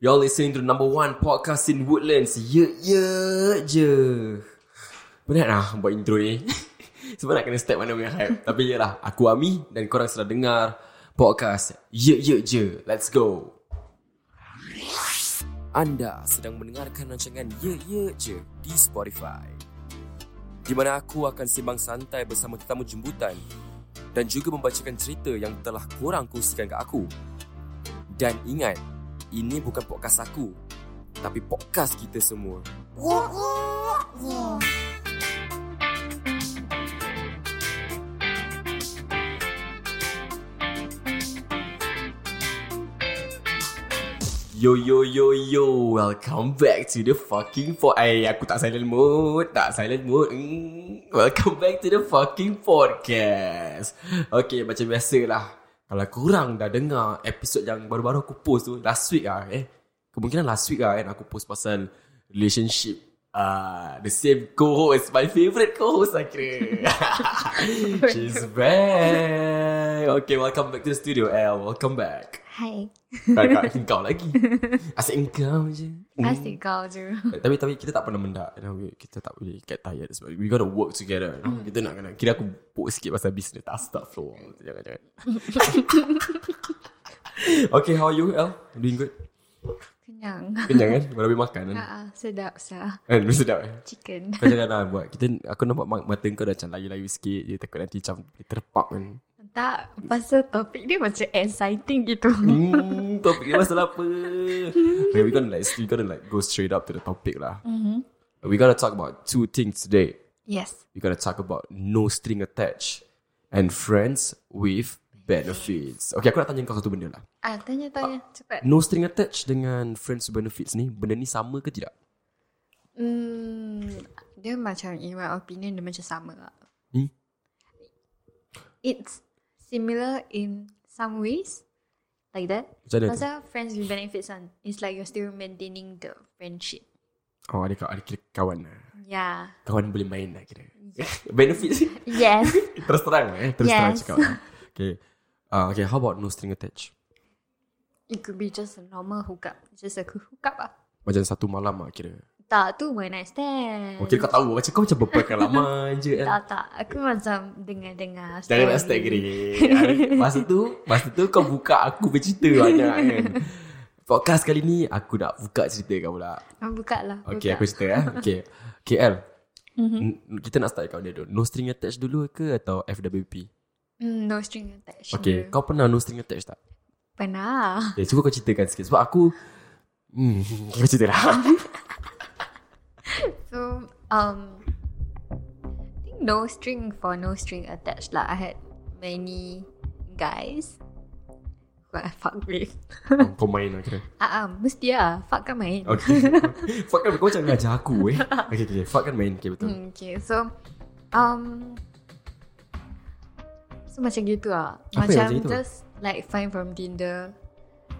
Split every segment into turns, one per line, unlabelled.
You're listening to the number one podcast in Woodlands. Ye ye je. Penat lah buat intro ni. Sebab nak kena step mana punya hype. Tapi yelah, aku Ami dan korang sedang dengar podcast Ye Ye Je. Let's go. Anda sedang mendengarkan rancangan Ye Ye Je di Spotify. Di mana aku akan sembang santai bersama tetamu jemputan dan juga membacakan cerita yang telah korang kongsikan ke aku. Dan ingat, ini bukan podcast aku, tapi podcast kita semua. Yo yo yo yo, welcome back to the fucking pod. Eh, aku tak silent mode, tak silent mode. Mm, welcome back to the fucking podcast. Okay, macam biasalah. Kalau korang dah dengar episod yang baru-baru aku post tu, last week ah eh. Kemungkinan last week ah kan aku post pasal relationship Ah, the same co-host, my favourite co-host I kira. She's back. Okay, welcome back to the studio, El. Welcome back.
Hai,
Kakak engkau lagi Asyik engkau je Mm.
asyik kau je.
Tapi tapi kita tak pernah mendak you know, we- Kita tak boleh get tired sebab We gotta work together you know. Kita nak kena Kira aku poke sikit pasal business Tak start flow Jangan jangan Okay how are you El? Doing good?
Kenyang.
Kenyang kan? Baru habis makan kan?
Ah, ah, sedap sah.
Kan sedap eh?
Chicken.
Kau jangan lah buat Kita, Aku nampak ma- mata kau dah macam layu-layu sikit Dia takut nanti macam terpak kan
Tak, pasal topik dia macam exciting gitu.
Hmm, topik dia pasal apa? okay, we gonna like we gonna like go straight up to the topic lah. Mm-hmm. We gonna talk about two things today.
Yes.
We gonna talk about no string attached and friends with benefits. Okay, aku nak tanya kau satu benda lah.
Ah, tanya-tanya. Cepat.
No string attached dengan friends with benefits ni, benda ni sama ke tidak?
Hmm, dia macam in my opinion dia macam sama lah.
Hmm?
It's similar in some ways. Like that.
Macam mana tu?
Pasal friends with benefits kan. It's like you're still maintaining the friendship.
Oh, ada, kau- ada kira kawan lah.
Yeah.
Kawan boleh main lah kira. benefits
Yes.
Terus terang eh. Terus terang
Yes.
cakap. Okay. Uh, okay, how about no string attached?
It could be just a normal hookup. Just a hookup lah.
Macam satu malam lah kira.
Tak, tu one night stand.
Okay kau tahu Macam kau macam berpengalaman je kan
Tak, tak. Aku macam dengar-dengar.
Jangan nak
story.
start kering Masa tu Masa tu kau buka Aku bercerita banyak kan Podcast kali ni Aku nak buka cerita kau pula
Ah, Buka lah.
Okay
buka. Mhm.
aku cerita eh Okay KL mm-hmm. Kita nak start kau dia dulu No string attached dulu ke Atau FWP
Hmm, no string attached.
Okay
dulu.
Kau pernah no string attached tak
Pernah.
okay, Cuba kau ceritakan sikit Sebab aku Hmm Kau cerita lah
So, um, I think no string for no string attached lah. I had many guys who I fuck with.
Kau main lah kira
Ah, ah, mesti lah. Fuck kan main.
Okay Fuck kan kau macam ngajar aku eh Okay, okay, okay. Fuck kan main Okay betul
Hmm, okay, so um, so macam gitu lah.
Apa yang
macam
macam gitu?
just like find from Tinder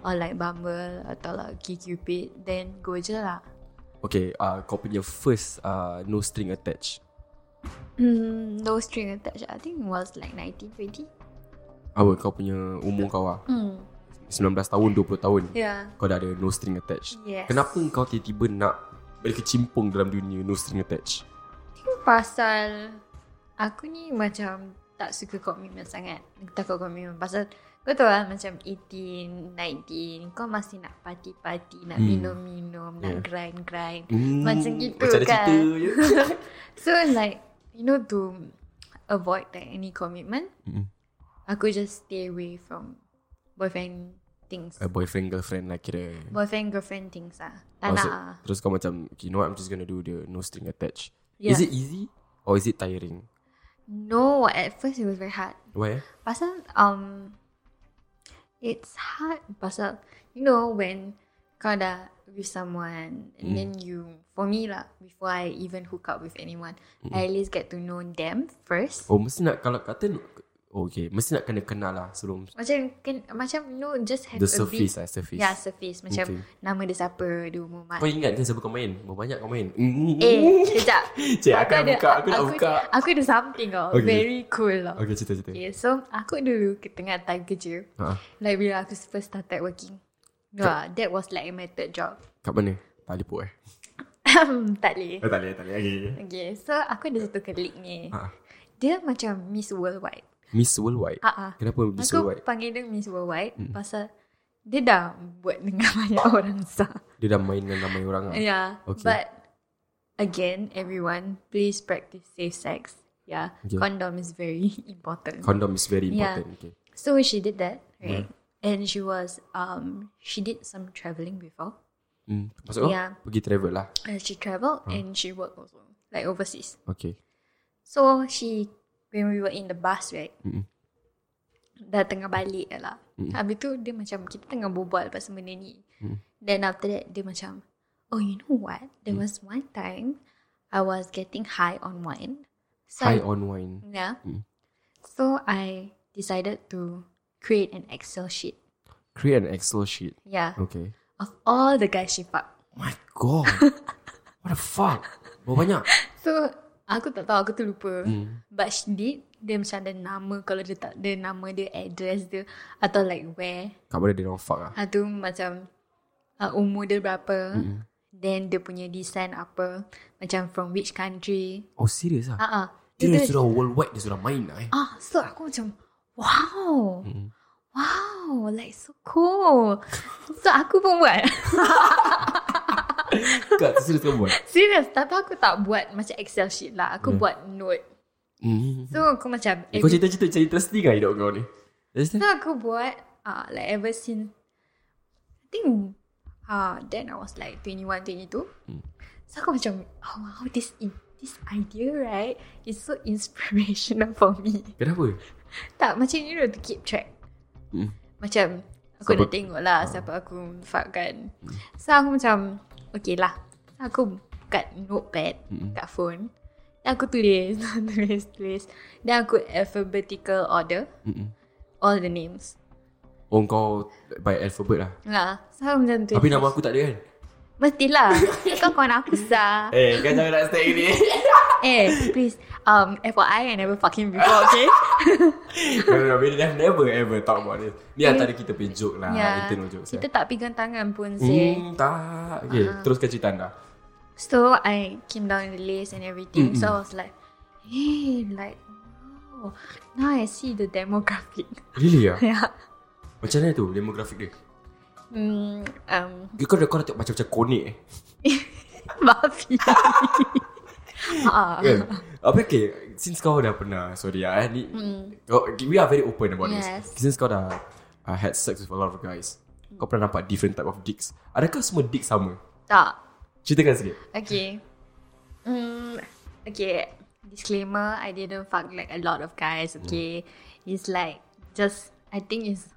or like Bumble atau lah Cupid, then go je lah.
Okay, uh, kau punya first uh, no string attached.
Hmm, no string attached. I think it was like 19, 20.
Apa kau punya umur kau lah.
Hmm,
19 tahun, 20 tahun.
yeah.
Kau dah ada no string attached.
Yes.
Kenapa kau tiba-tiba nak berkecimpung dalam dunia no string attached?
Pasal aku ni macam tak suka komitmen sangat. Aku Takut komitmen pasal kau tahu lah macam 18, 19 kau masih nak party-party, nak
Hmm.
minum-minum, nak
Yeah.
grind-grind.
Hmm,
Macam gitu
Macam ada
kan.
cerita je.
So like you know to avoid like any commitment,
Mm-mm.
aku just stay away from boyfriend things.
A boyfriend, girlfriend lah kira.
Boyfriend girlfriend things ah. Tak
Oh,
nak
so-
ah.
Terus kau macam, okay, you know what, I'm just gonna do the no string attached.
Yeah.
Is it easy or is it tiring?
No, at first it was very hard.
Why? eh?
Pasal um it's hard pasal you know when kau dah with someone and
Mm.
then you for me lah before I even hook up with anyone I at least get to know them first.
Oh, mesti nak, kalau kata, oh, okay, mesti nak kena kenal lah sebelum
Macam kan macam you know just have
the
a bit
surface lah, surface.
Ya, surface. Macam
Okay.
okay. nama dia siapa, dia umur mat.
Kau ingat kan siapa kau main? Berapa banyak kau main?
Eh, sekejap.
Cik, aku nak buka, aku nak buka.
Aku ada something tau.
Okay.
Okay. Very cool tau. Okay.
Okay, cerita-cerita.
okay, so aku dulu ke tengah time kerja.
Ha.
Like bila aku first started working. Wah, that was like my third job.
Kat mana? Tak liput eh
tak
Eh
boleh.
tak boleh tak boleh okay, okay.
Okay, so aku ada satu colleague ni.
Ha.
Dia macam Miss Worldwide.
Miss Worldwide
Ah ah.
Kenapa Miss
Aku
Worldwide?
panggil dia Miss Worldwide hmm. pasal dia dah buat dengan banyak orang sah.
Dia dah main dengan ramai orang lah
Yeah.
Okay.
But again, everyone, please practice safe sex. Yeah.
Okay.
Condom is very important.
Condom is very
Yeah.
important okay.
so she did that, right? And she was um she did some traveling before.
hmm. Maksud kau?
Yeah.
Pergi travel lah
And she traveled and she worked also like overseas.
Okay
So she when we were in the bus, right?
Mm-mm.
Dah tengah balik dah lah. Habis tu dia macam kita tengah berbual pasal benda ni. Then after that dia macam oh you know what? There
Mm.
was one time I was getting high on wine. So
High
I,
on wine
yeah.
Mm.
So I decided to create an Excel sheet.
Create an Excel sheet
Yeah.
Okay
Of all the guys she fucked.
My god What the fuck Berapa banyak?
So aku tak tahu aku tu lupa.
Hmm.
But she did Dia macam ada nama Kalau dia tak ada nama dia Address dia Atau like where
Kat mana dia orang fuck lah
ha, tu macam uh, Umur dia berapa mm-hmm.
Hmm.
Then dia punya design apa Macam from which country
Oh serius lah
Ah, uh-uh.
Dia dah sudah worldwide Dia sudah main lah eh
Ah, so aku macam Wow
Hmm.
Wow Like so cool So aku pun buat
Kak tu serius kau buat
Serius Tapi aku tak buat Macam Excel sheet lah Aku buat note
hmm.
So aku macam
Eh, kau cerita-cerita macam interesting lah hidup kau ni Just
So aku buat uh, Like ever since I think uh, Then I was like 21, 22
Hmm.
So aku macam Oh wow this, in, this idea right Is so inspirational for me
Kenapa?
Tak macam you know To keep track
Hmm.
Macam
Siapa- Ah.
Aku
Hmm.
nak tengok lah Siapa aku fuck kan So aku macam Okay lah Aku kat notepad
Mm-mm.
Kat phone Dan aku tulis Tulis tulis Dan aku alphabetical order
Mm-mm.
All the names
Oh kau by alphabet lah
Lah, so macam tu.
Tapi nama aku tak ada kan
Mestilah. Kau kawan aku sah.
Eh kau jangan nak stay ni
Eh, please. Um, FYI, I never fucking before, okay?
No no we have never ever talk about this Ni antara kita punya joke lah
Ya.
Internal jokes
Kita tak pegang tangan pun, sih.
Hmm, tak Okay teruskan cerita anda
So, I came down the list and everything. So, I was like, hey, like, wow. Now I see the demographic.
Really lah
yeah.
Macam mana tu demografik dia
Hmm, um,
Kau dah kau dah tengok macam-macam konik eh
Bafi. Ah,
Kan Apa okay Since kau dah pernah Sorry lah eh ni, kau, We are very open about
Mm. Yes.
this Since kau dah uh, Had sex with a lot of guys Kau pernah nampak different type of dicks Adakah semua dick sama?
tak.
Ceritakan sikit
Okay. Mm, okay. Disclaimer, I didn't fuck like a lot of guys,
Hmm.
okay? It's like just I think it's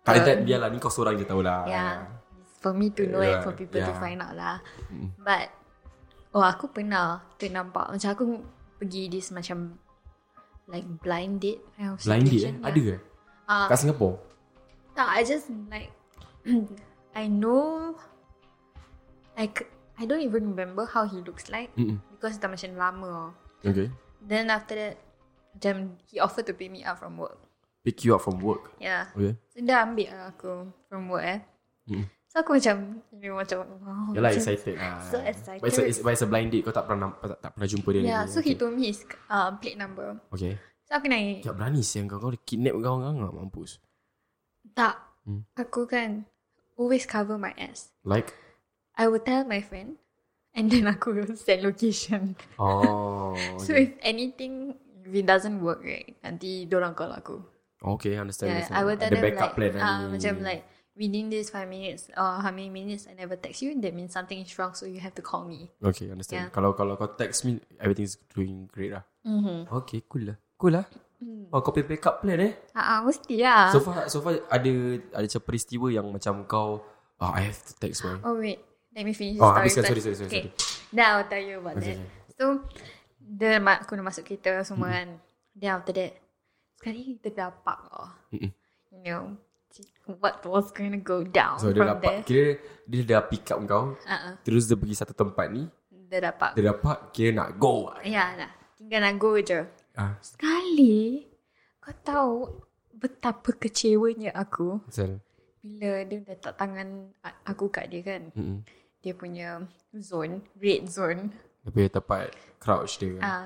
Tak ada
Uh,
that biarlah Ni kau seorang je lah. tahulah
yeah. It's for me to know and for people to
Ah, Yeah. Hmm.
find out lah. But oh aku pernah tu nampak macam aku pergi this macam like blind date. kind of
Blind date eh?
situation, yeah.
Ada ke?
Ah.
Kat Singapore?
No, I just like I know like I don't even remember how he looks like
Mm-mm.
because dah macam lama. Oh.
Okay
Then after that, macam he offered to pay me out from work.
Pick you up from work
Yeah.
Okay
So dia ambil lah aku from work eh.
Mm.
So aku macam, you know, macam, wow.
Yalah
macam,
excited lah
So excited.
But it's, a, it's, but it's a blind date Kau tak pernah nampak, tak, tak pernah jumpa dia
Yeah,
lagi
so
okay.
he told me his uh, plate number.
Okay
So aku naik.
Ya berani siang kau Kau kidnap kau kau kau Mampus
Tak.
Mm.
Aku kan always cover my ass.
Like
I will tell my friend and then aku will send location.
Oh
So if anything, if it doesn't work right, nanti dorang call aku.
Okay, understand.
Yeah,
understand.
I will tell
Ada
them
backup
like,
plan lah
uh,
ni.
macam like within this five minutes or how many minutes I never text you, that means something is wrong, so you have to call me.
Okay, understand.
Yeah.
Kalau kalau kau text me, everything's doing great lah.
Mm-hmm.
Okay, cool lah. Cool lah.
Hmm.
Oh, kau punya backup plan eh.
Uh, mesti lah.
So far, so far ada ada macam peristiwa yang macam kau, oh, I have to text my.
oh wait, let me finish the
Oh,
story
habiskan.
first.
Sorry, sorry, sorry,
Okay,
sorry.
then I'll tell you about
Okay,
that. So, dia ma- aku dah masuk kereta semua kan. Then after that, sekali kita dah park lah.
Mm-mm.
You know, what was going to go down
So dia
from there.
dapat, kira dia dah pick up kau.
Uh-uh,
Terus dia pergi satu tempat ni,
dia dah park.
dia dapat kira nak go. lah.
Ya, nah, tinggal nak go je.
Ah,
Sekali kau tahu betapa kecewanya aku
pasal
bila dia letak tangan a- aku kat dia kan
Mm-mm.
dia punya zone red zone
Dia punya tempat crouch dia kan.
ah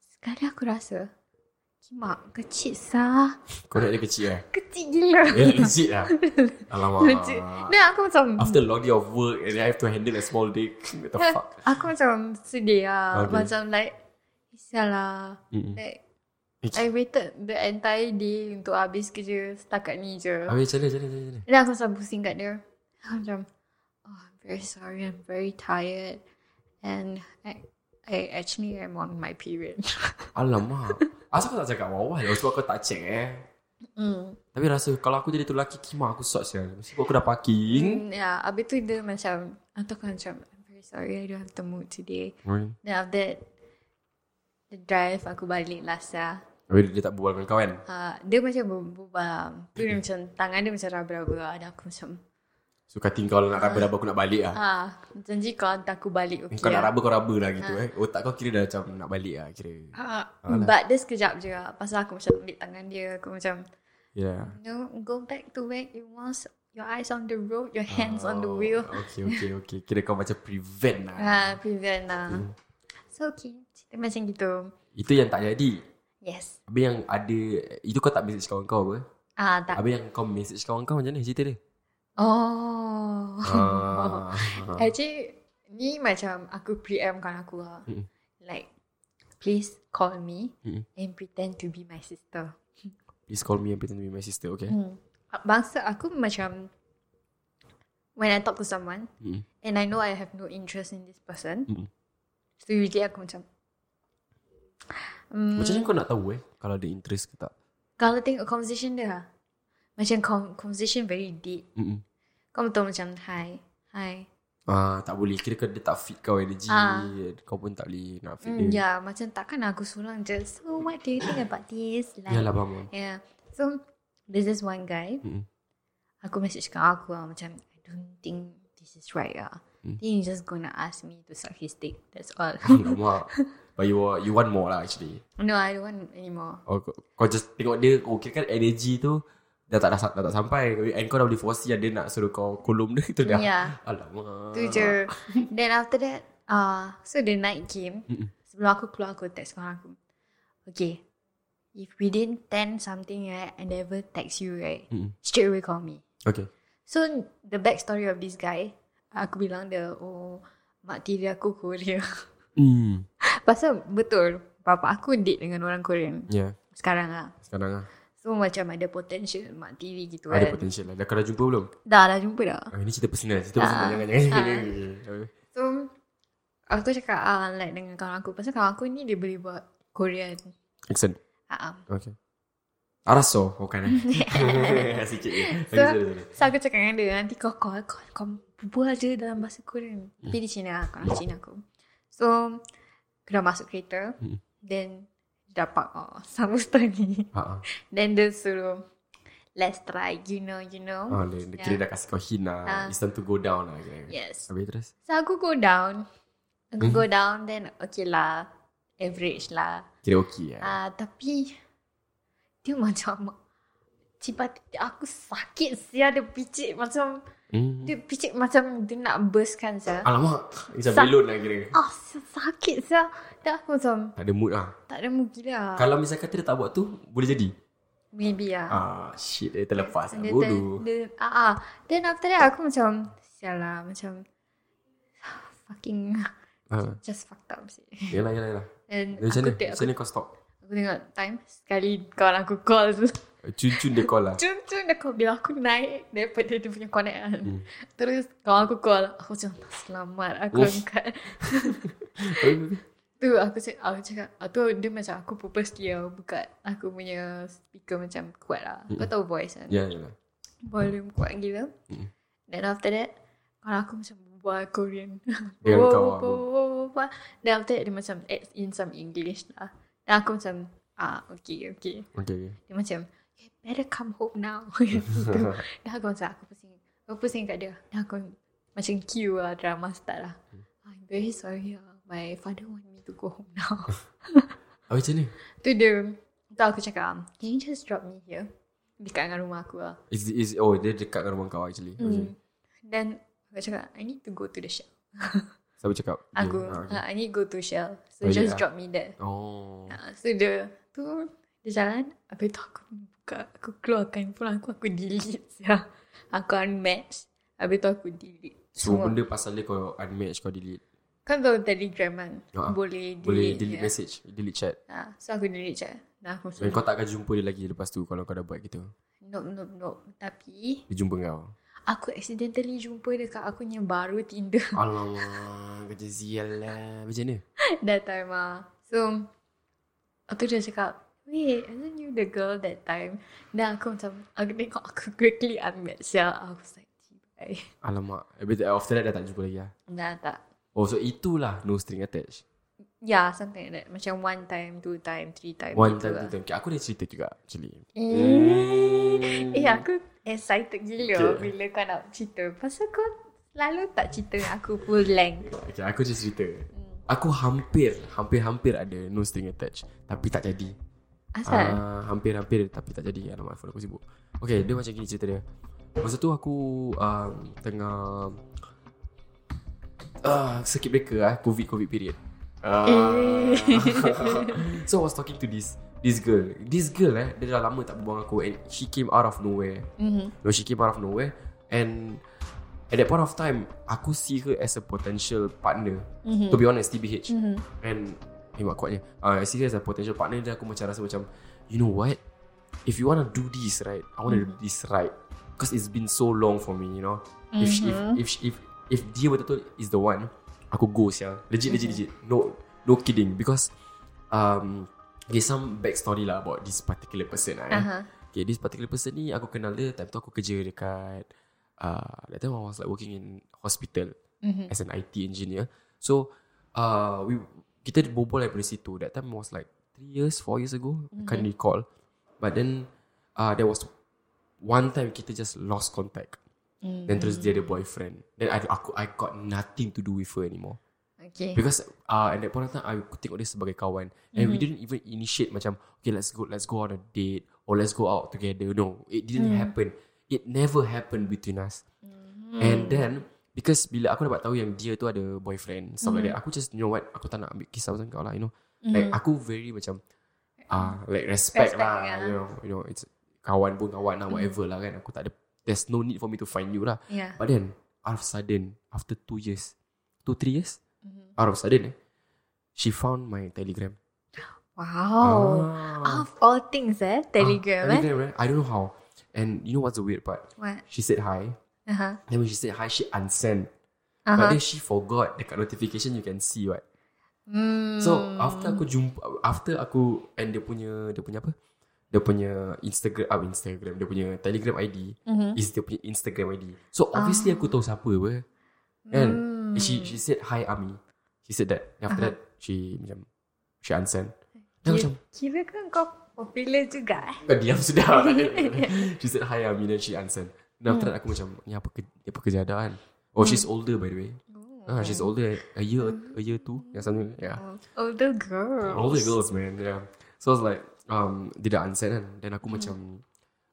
sekali aku rasa kimak kecil sah
Kau nak dia kecil eh?
kecil gila
Eh, legit lah. Alamak.
Legit. Dan aku macam
After a long day of work and I have to handle a small dick. What the fuck?
Aku macam sedih
Okay.
lah okay. Macam like Sial lah
Mm-mm.
Like
It's-
I waited the entire day Untuk habis kerja Setakat ni je
Habis macam mana, macam mana, macam mana?
Dan aku macam pusing kat dia Aku macam Oh I'm very sorry I'm very tired And I, I actually am on my period
Alamak. Asal kau tak cakap awal-awal Sebab kau tak check eh.
mm.
Tapi rasa kalau aku jadi tu lelaki kimak aku sot sial. Meskipun aku dah parking.
Mm, Yeah Habis tu dia macam Atau aku macam I'm very sorry I don't have the mood today
Hmm.
Then after that The drive aku balik lah sah
Habis dia tak berbual dengan kau kan?
Uh, dia macam berubah Tu
Hmm.
dia macam Tangan dia macam raba-raba lah. Dan aku macam
So kating kau nak raba-raba aku nak balik lah.
ah, Janji kau hantar aku balik okay,
Kau nak
lah.
raba kau raba lah gitu eh. Otak kau kira dah macam nak balik lah kira.
Ah,
Ah, lah.
But dia sekejap je lah. Pasal aku macam ambil tangan dia Aku macam
Yeah.
No go back to where you was Your eyes on the road Your hands on the
Oh.
wheel
Okay, okay, okay. Kira kau macam prevent lah.
ah, Prevent lah So okay Cerita macam gitu
Itu yang tak jadi.
Yes
Habis yang ada, itu kau tak message kawan kau apa?
Ah tak
Habis yang kau message kawan kau macam mana cerita dia?
Oh
Ah.
Actually Ni macam Aku preempt kan aku lah
Mm-mm.
Like Please call me
Mm-mm.
And pretend to be my sister
Please call me and pretend to be my sister, okay?
Hmm. Bangsa aku macam when I talk to someone
Mm.
and I know I have no interest in this person.
Mm.
So usually aku macam mm,
Macam mana kau nak tahu eh kalau ada interest ke tak?
kalau tengok conversation dia lah. macam com- conversation very deep.
Mm-mm.
Kau betul macam hi, hi.
Ah, tak boleh. Kira kau dia tak fit kau energy.
Ah.
Kau pun tak boleh nak fit
Mm,
dia.
yeah, macam takkan aku sulang je. So what do you think about this? Like,
Yalah, faham. faham.
Yeah. Ya. So there's this one guy.
Mm-mm.
Aku message kat aku lah macam I don't think this is right lah.
Mm.
Mm. Then he's just gonna ask me to suck his dick. That's all.
Alamak. But you, want- you want more lah actually.
no, I don't want anymore.
Oh, kau, kau just tengok dia Oh kira kan energy tu Dah tak, dah, dah tak sampai And kau dah boleh foresee Dia nak suruh kau kolom dia Itu dah
Yeah,
Alamak
Ya. tu je. Then after that, uh, so the night came.
Mm-mm.
Sebelum aku keluar, aku text kawan aku. Okay, if within 10 something right, I never text you right,
Mm-mm.
straight away call me.
Okay
So the backstory of this guy, aku bilang dia, oh, mak tiri aku Korea.
mm.
Pasal betul, bapa aku date dengan orang Korean.
Yeah
Sekarang lah.
ya. Sekarang lah
So macam ada potential mak tiri gitu
Ada
kan.
potential lah Dah kau dah jumpa belum?
Dah dah jumpa dah.
Ah, ini cerita personal Cerita
Ah.
personal Jangan jangan, jangan,
Ah.
jangan.
So aku cakap ah like dengan kawan aku pasal kawan aku ni dia boleh buat Korean.
Accent
Ah. ah.
Okay Araso Oh kan eh Sikit je
So,
Sorry sorry sorry
so aku cakap dengan dia nanti kau call kau kau bual je dalam bahasa Korean.
Hmm.
Tapi di Cina aku nak Cina aku. So aku dah masuk kereta
Mm.
then dia dapat oh, sama sekali.
Ah, ah.
Then dia suruh let's try you know you know.
Ah, dia dia kira dah kasih kau hint lah
Ya. Ah. Ya.
It's time to go down lah kira.
Yes.
Habis terus
So aku go down. Aku
Mhm.
go down then okay lah. Average lah.
Kira okey lah
Ah, tapi dia macam cipat aku sakit sia dia picit macam
Mm.
dia picit macam dia nak burstkan sia.
Alamak Macam
Sa-
belon lah kira
Ah, sia, sakit sia. Dan aku macam
Tak ada mood lah
tak ada mood gila.
Kalau misalkan dia tak buat tu Boleh jadi
Maybe lah.
Ah shit Dia terlepas lah
Dia
Bodoh
Dia, ah, ah. Then after that aku macam sial lah macam fucking
ha.
just fucked up sih.
Yelah yelah yelah
And
Dia Macam
aku,
mana
te-
Macam
aku,
mana kau stop
aku tengok time sekali kawan aku call tu.
Cun-cun dia call lah
Cun-cun dia call Bila aku naik Daripada dia punya connect kan Terus Kawan aku call Aku macam Selamat Aku
Uff.
angkat Tu aku cakap Aku cakap ah, Tu dia macam Aku purposely dia Buka aku punya Speaker macam Kuat lah Kau tahu voice kan
Ya yelah
Volume kuat gila
Mm.
Then after that Kalau aku macam Buat Korean
Dia
Wow,
kau lah,
wow, wow, wow, wow. Then after that Dia macam Add in some English lah Dan aku macam Ah okay okay
Okay okay
dia macam You better come home now Gitu Dah aku macam Aku pusing Aku pusing kat dia Dah aku Macam cue lah Drama start lah
Hmm.
I'm very sorry lah My father want me to go home now
Habis Ah, macam ni
Tu dia Tu aku cakap Can you just drop me here Dekat dengan rumah aku lah
Is, is, oh, dia dekat dengan rumah kau actually. Okay.
mm. Then Aku cakap I need to go to the shell
Siapa cakap? Dia.
Aku
Ah, okay.
okay. I need go to shell So
Oh,
just
yeah.
drop me there
Oh.
Ha, so dia tu dia jalan Habis tu aku buka Aku keluarkan phone aku Aku delete ya. Aku unmatch Habis tu aku delete
So,
semua.
benda pasal dia kau unmatch, kau delete.
Kan kalau telegram kan
Ha,
Boleh delete,
Boleh delete
ya.
message, delete chat.
ha, So aku delete je Nah, aku
Dan
macam
kau tak akan jumpa dia lagi lepas tu kalau kau dah buat gitu.
Nope nope nope Tapi
Dia jumpa kau.
Aku accidentally jumpa Dekat aku yang baru Tinder
Alamak, kerja sial lah. Macam mana?
That time ah So Lepas tu dia cakap Wait, isn't you the girl that time? Dan aku macam, aku tengok aku quickly unmatch ya. I was like, bye.
Alamak. Habis tu, after that dah tak jumpa lagi lah.
Dah tak.
Oh, so itulah no string attached.
Yeah, something like that. Macam one time, two time, three time.
One
gitu
time,
lah.
two time. Okay, aku dah cerita juga actually.
Eh, eh, aku excited gila oh,
Okay.
bila kau nak cerita. Pasal kau selalu tak cerita dengan aku full length.
Okay, aku just cerita.
Hmm.
Aku hampir, hampir-hampir ada no string attached. Tapi tak jadi.
Asal?
Ah, hampir-hampir tapi tak jadi. Alamak, phone aku sibuk. Okay, dia macam gini cerita dia. Masa tu aku um, tengah uh, circuit breaker ah, COVID-COVID period. Uh, so I was talking to this this girl. This girl eh, dia dah lama tak berbual dengan aku and she came out of nowhere.
Mhm.
No, she came out of nowhere and at that point of time, aku see her as a potential partner.
Mhm.
To be honest, TBH.
Mhm.
And Eh mak kuatnya uh, I see her as a potential partner Then aku macam rasa macam You know what If you wanna do this right I wanna
Mhm.
do this right Because it's been so long for me You know If she, if,
Mhm.
if, she- if if dia betul-betul Is the one Aku go siang Legit legit
Mhm.
legit No no kidding Because um, There's some backstory lah About this particular person lah, eh.
Aha.
Okay this particular person ni Aku kenal dia Time tu aku kerja dekat uh, That time I was like working in Hospital
Mhm.
as an IT engineer. So uh, we kita berbual daripada situ. That time was like three years, four years ago. Mm-hmm. I can't recall. But then uh, there was one time kita just lost contact.
Mm.
Mm-hmm. Then terus dia ada boyfriend. Then I, aku I got nothing to do with her anymore.
Okay.
Because uh, at that point of time Aku tengok dia sebagai kawan And mm-hmm. we didn't even initiate Macam Okay let's go Let's go on a date Or let's go out together No It didn't mm. happen It never happened between us mm.
Mm-hmm.
And then Because bila aku dapat tahu Yang dia tu ada boyfriend Stuff mm. like that Aku just you know what Aku tak nak ambil kisah pasal kau lah You know mm. Like aku very macam ah Like respect,
Respect,
lah
yeah.
You know You know it's Kawan pun kawan lah Whatever lah kan Aku tak ada There's no need for me to find you lah
Yeah.
But then Out of sudden After two years Two three years
Mm-hmm.
Out of sudden eh She found my telegram
Wow.
Ah.
Oh, Of all things
Ah,
eh, telegram eh.
Telegram eh I don't know how And you know what's the weird part
What?
She said hi
Aha.
Then when she said hi She unsend But
Aha.
then she forgot Dekat notification you can see what
Hmm.
So after aku jumpa After aku And dia punya Dia punya apa Dia punya Instagram ah, Instagram Dia punya telegram ID
Mhm.
Is dia punya Instagram ID So obviously aku tahu siapa apa Kan
Hmm.
She she said hi Ami She said that Then After that She macam She unsend Then aku Ya,
Kira,
macam
kira kan kau popular juga eh.
Kau diam sudah She said hi Ami Then she unsend Then after that aku macam Ni apa, ke, ni apa kejadian kan Oh she's older by the way Ah, she's older a year a year two yeah something yeah
Older girl.
All the girls man yeah. So I was like um, Dia dah unsend kan Then aku macam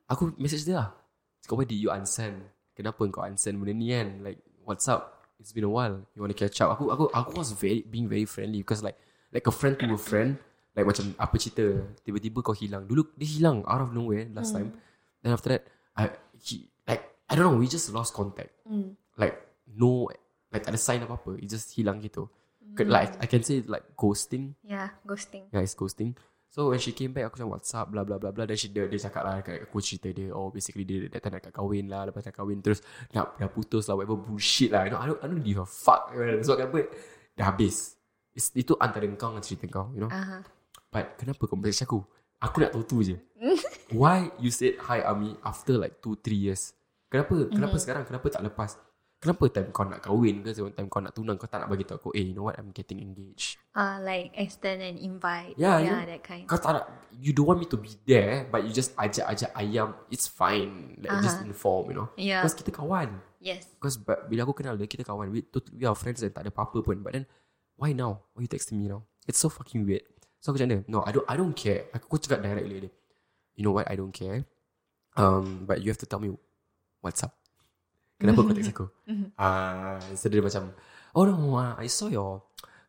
Aku message dia lah Cakap why did you unsend Kenapa kau unsend benda ni kan Like what's up It's been a while You want to catch up Aku aku aku was very Being very friendly Because like Like a friend to a friend Like macam apa cerita Tiba-tiba kau hilang Dulu dia hilang Out of nowhere Last time Then after that I, he, Like I don't know We just lost contact
Mm.
Like no Like tak ada sign apa-apa It just hilang gitu Like I can say like ghosting
Yeah, Ya, ghosting.
Yeah, it's ghosting. So when she came back, aku macam WhatsApp, bla bla bla bla. Then she, dia, dia cakap lah, kat aku cerita dia, oh basically dia that time nak kat kahwin lah, lepas nak kahwin terus nak dah putus lah, whatever bullshit lah. You know, I don't, I don't give a fuck. So kenapa, dah habis. It's, itu antara kau dengan cerita kau, you know.
Aha.
But kenapa kau message aku? Aku nak tahu tu je. Why you said hi Ami after like 2-3 years? Kenapa? Mm-hmm. Kenapa sekarang? Kenapa tak lepas? Kenapa time kau nak kahwin ke time kau nak tunang kau tak nak bagi tahu aku eh you know what I'm getting engaged
Uh, like extend an invite.
Yeah,
yeah,
you-
that kind.
Kau tak nak You don't want me to be there But you just ajak-ajak ayam It's fine Like uh-huh. just inform you know
Yeah.
Because kita kawan
Yes.
Because but, bila aku kenal dia Kita kawan we, tot- we are friends And tak ada apa-apa pun But then Why now? Why you texting me now? It's so fucking weird So aku macam mana No I don't, I don't care Aku, aku cakap direct dengan dia You know what I don't care Um, but you have to tell me what's up. Kenapa kau text aku? Ah, uh, so dia macam, oh no, uh, I saw your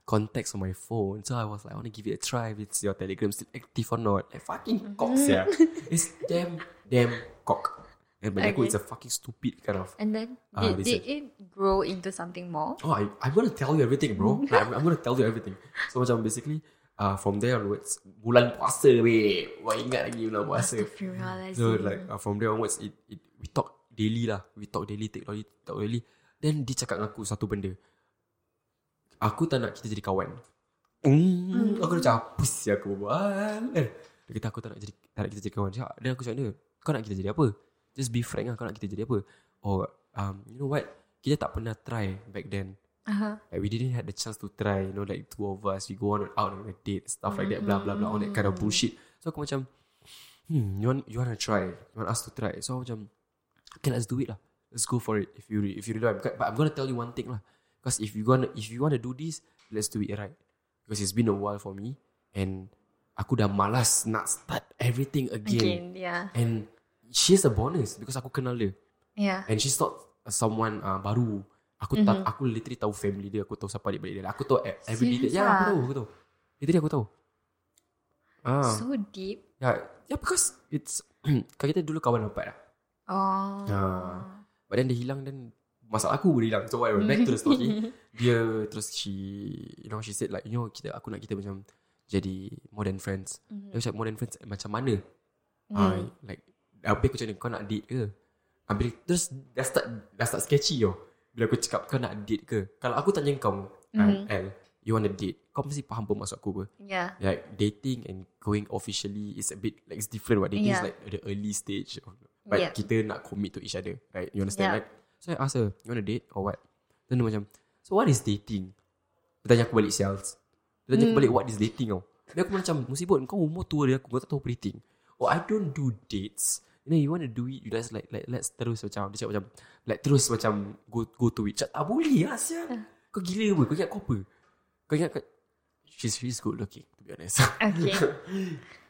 contacts on my phone. So I was like, I want to give it a try if it's your Telegram still active or not. Like fucking cock, yeah. It's damn, damn cock. And bagi aku,
Okay.
it's a fucking stupid kind of,
And then
Ah,
did,
research.
did it grow into something more?
oh, I, I'm going to tell you everything, bro. Like, I'm, I'm going to tell you everything. So macam basically, uh, from there onwards, bulan puasa, weh. Wah, ingat lagi bulan puasa.
Astagfirullahalazim.
So like uh, from there onwards it, it we talk daily lah. We talk daily, take daily, talk daily. Then dia cakap dengan aku satu benda. Aku tak nak kita jadi kawan. Hmm, aku dah macam apa sih aku berbual. Kan? Dia kata aku tak nak jadi tak nak kita jadi kawan. Cakap, dan aku cakap dia, kau nak kita jadi apa? Just be frank lah, kau nak kita jadi apa? Or um, you know what? Kita tak pernah try back then.
uh-huh.
Like we didn't had the chance to try, you know, like two of us, we go on out on a date, stuff like that, blah blah blah, all that kind of bullshit. So aku macam, hmm, you want you want to try, you want us to try. So aku macam, okay, let's do it lah, let's go for it. If you re- if you really want, but I'm gonna tell you one thing lah, because if you gonna if you wanna do this, let's do it right. Because it's been a while for me, and aku dah malas nak start everything again.
Again, yeah.
And she's a bonus because aku kenal dia.
Yeah.
And she's not someone uh, baru. Aku mm-hmm. tak, aku literally tahu family dia, aku tahu siapa adik-beradik dia. Aku tahu e- every detail.
Serious
Ya, aku
ah?
tahu, aku tahu. Literally aku tahu. Ah, so,
So deep.
yeah, yeah, because it's kan kita dulu kawan rapat lah.
Oh.
Ah. But then dia hilang dan masalah aku boleh hilang. So whatever, back to the story. dia terus she, you know, she said like, you know, kita aku nak kita macam jadi more than friends.
Mhm.
Dia macam more than friends macam mana?
Mm.
Ah, like Habis aku macam ni Kau nak date ke Habis Terus Dah start Dah start sketchy yo Bila aku cakap Kau nak date ke Kalau aku tanya kau mm.
Mhm.
L You want to date Kau mesti faham pun maksud aku apa
Yeah.
Like dating and Going officially Is a bit Like it's different what Dating yeah. is
Yeah.
like The early stage of, But
Yeah.
kita nak commit to each other Right You understand
Yeah.
right So I ask her You want to date or what Then dia macam So what is dating Dia tanya aku balik sales Dia tanya aku balik What is dating tau Then aku macam Musibut kau umur tua dia Aku kau tak tahu apa dating Oh I don't do dates You know you want to do it You just like, like Let's terus macam Dia cakap macam Like terus macam Go go to it Cakap tak boleh lah sial Kau gila apa Kau ingat kau apa Kau ingat kau She's, she's good looking To be honest
Okay.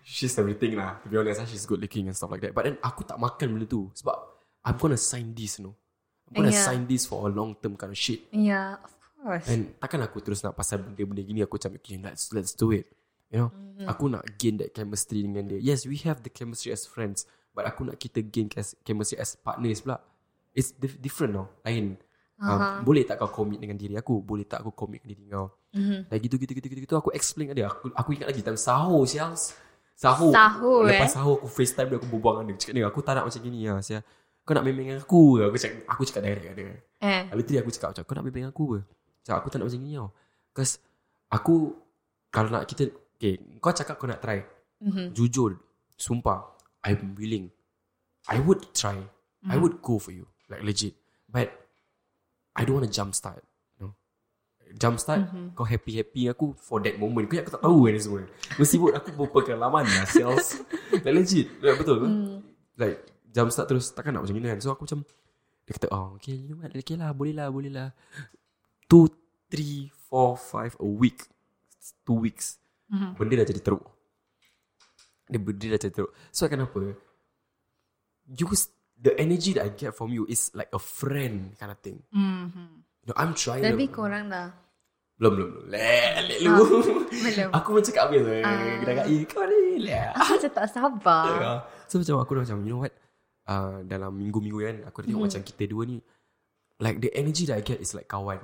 She's everything lah To be honest lah, She's good looking and stuff like that But then aku tak makan benda tu Sebab I'm gonna sign this you know I'm gonna
Yeah.
yeah. sign this for a long term kind of shit
yeah, of course.
And takkan aku terus nak pasal benda-benda gini Aku macam okay let's, let's do it You know mm-hmm. Aku nak gain that chemistry dengan dia Yes we have the chemistry as friends But aku nak kita gain kes- chemistry as partners pula It's dif- different tau Lain uh-huh. um, Boleh tak kau commit dengan diri aku Boleh tak aku commit dengan diri kau
Mhm.
Like gitu gitu gitu gitu, gitu. Aku explain kat dia aku, aku ingat lagi Time sahur siang Sahur
Sahur,
Lepas
eh?
sahur aku facetime dia Aku berbual dengan dia Cakap dia aku tak nak macam gini lah sial. Kau nak main-main dengan aku ke?" Aku cakap, aku cakap direct kat dia
Eh.
Literally aku cakap macam Kau nak bimbing aku apa Macam aku tak nak macam ni tau Cause Aku Kalau nak kita Okay Kau cakap kau nak try
Mhm.
Jujur Sumpah I'm willing I would try I would go for you Like legit But I don't want to jump start no. Jump start mm-hmm. Kau happy-happy dengan aku For that moment Kau ingat aku tak tahu kan ni semua Mesti buat aku berpengalaman lah Sales Like legit like, Betul ke?
Mm-hmm.
Like Jump start terus Takkan nak macam ni kan So aku macam Dia kata Oh okay you know what Okay lah boleh lah boleh lah Two Three Four Five A week Two weeks
Mhm.
Benda dah jadi teruk Dia benda dah jadi teruk So kenapa You The energy that I get from you Is like a friend Kind of thing
Mhm.
No, I'm trying to,
Lebih kurang Ah. lah.
Belum belum belum Lek lek lu
Belum.
Aku pun cakap habis uh.
Ah.
Kita kat eh, kau ni Lek
Aku macam tak sabar.
Ah. So macam aku dah macam You know what uh, Dalam minggu-minggu kan Aku dah tengok macam kita dua ni Like the energy that I get Is like kawan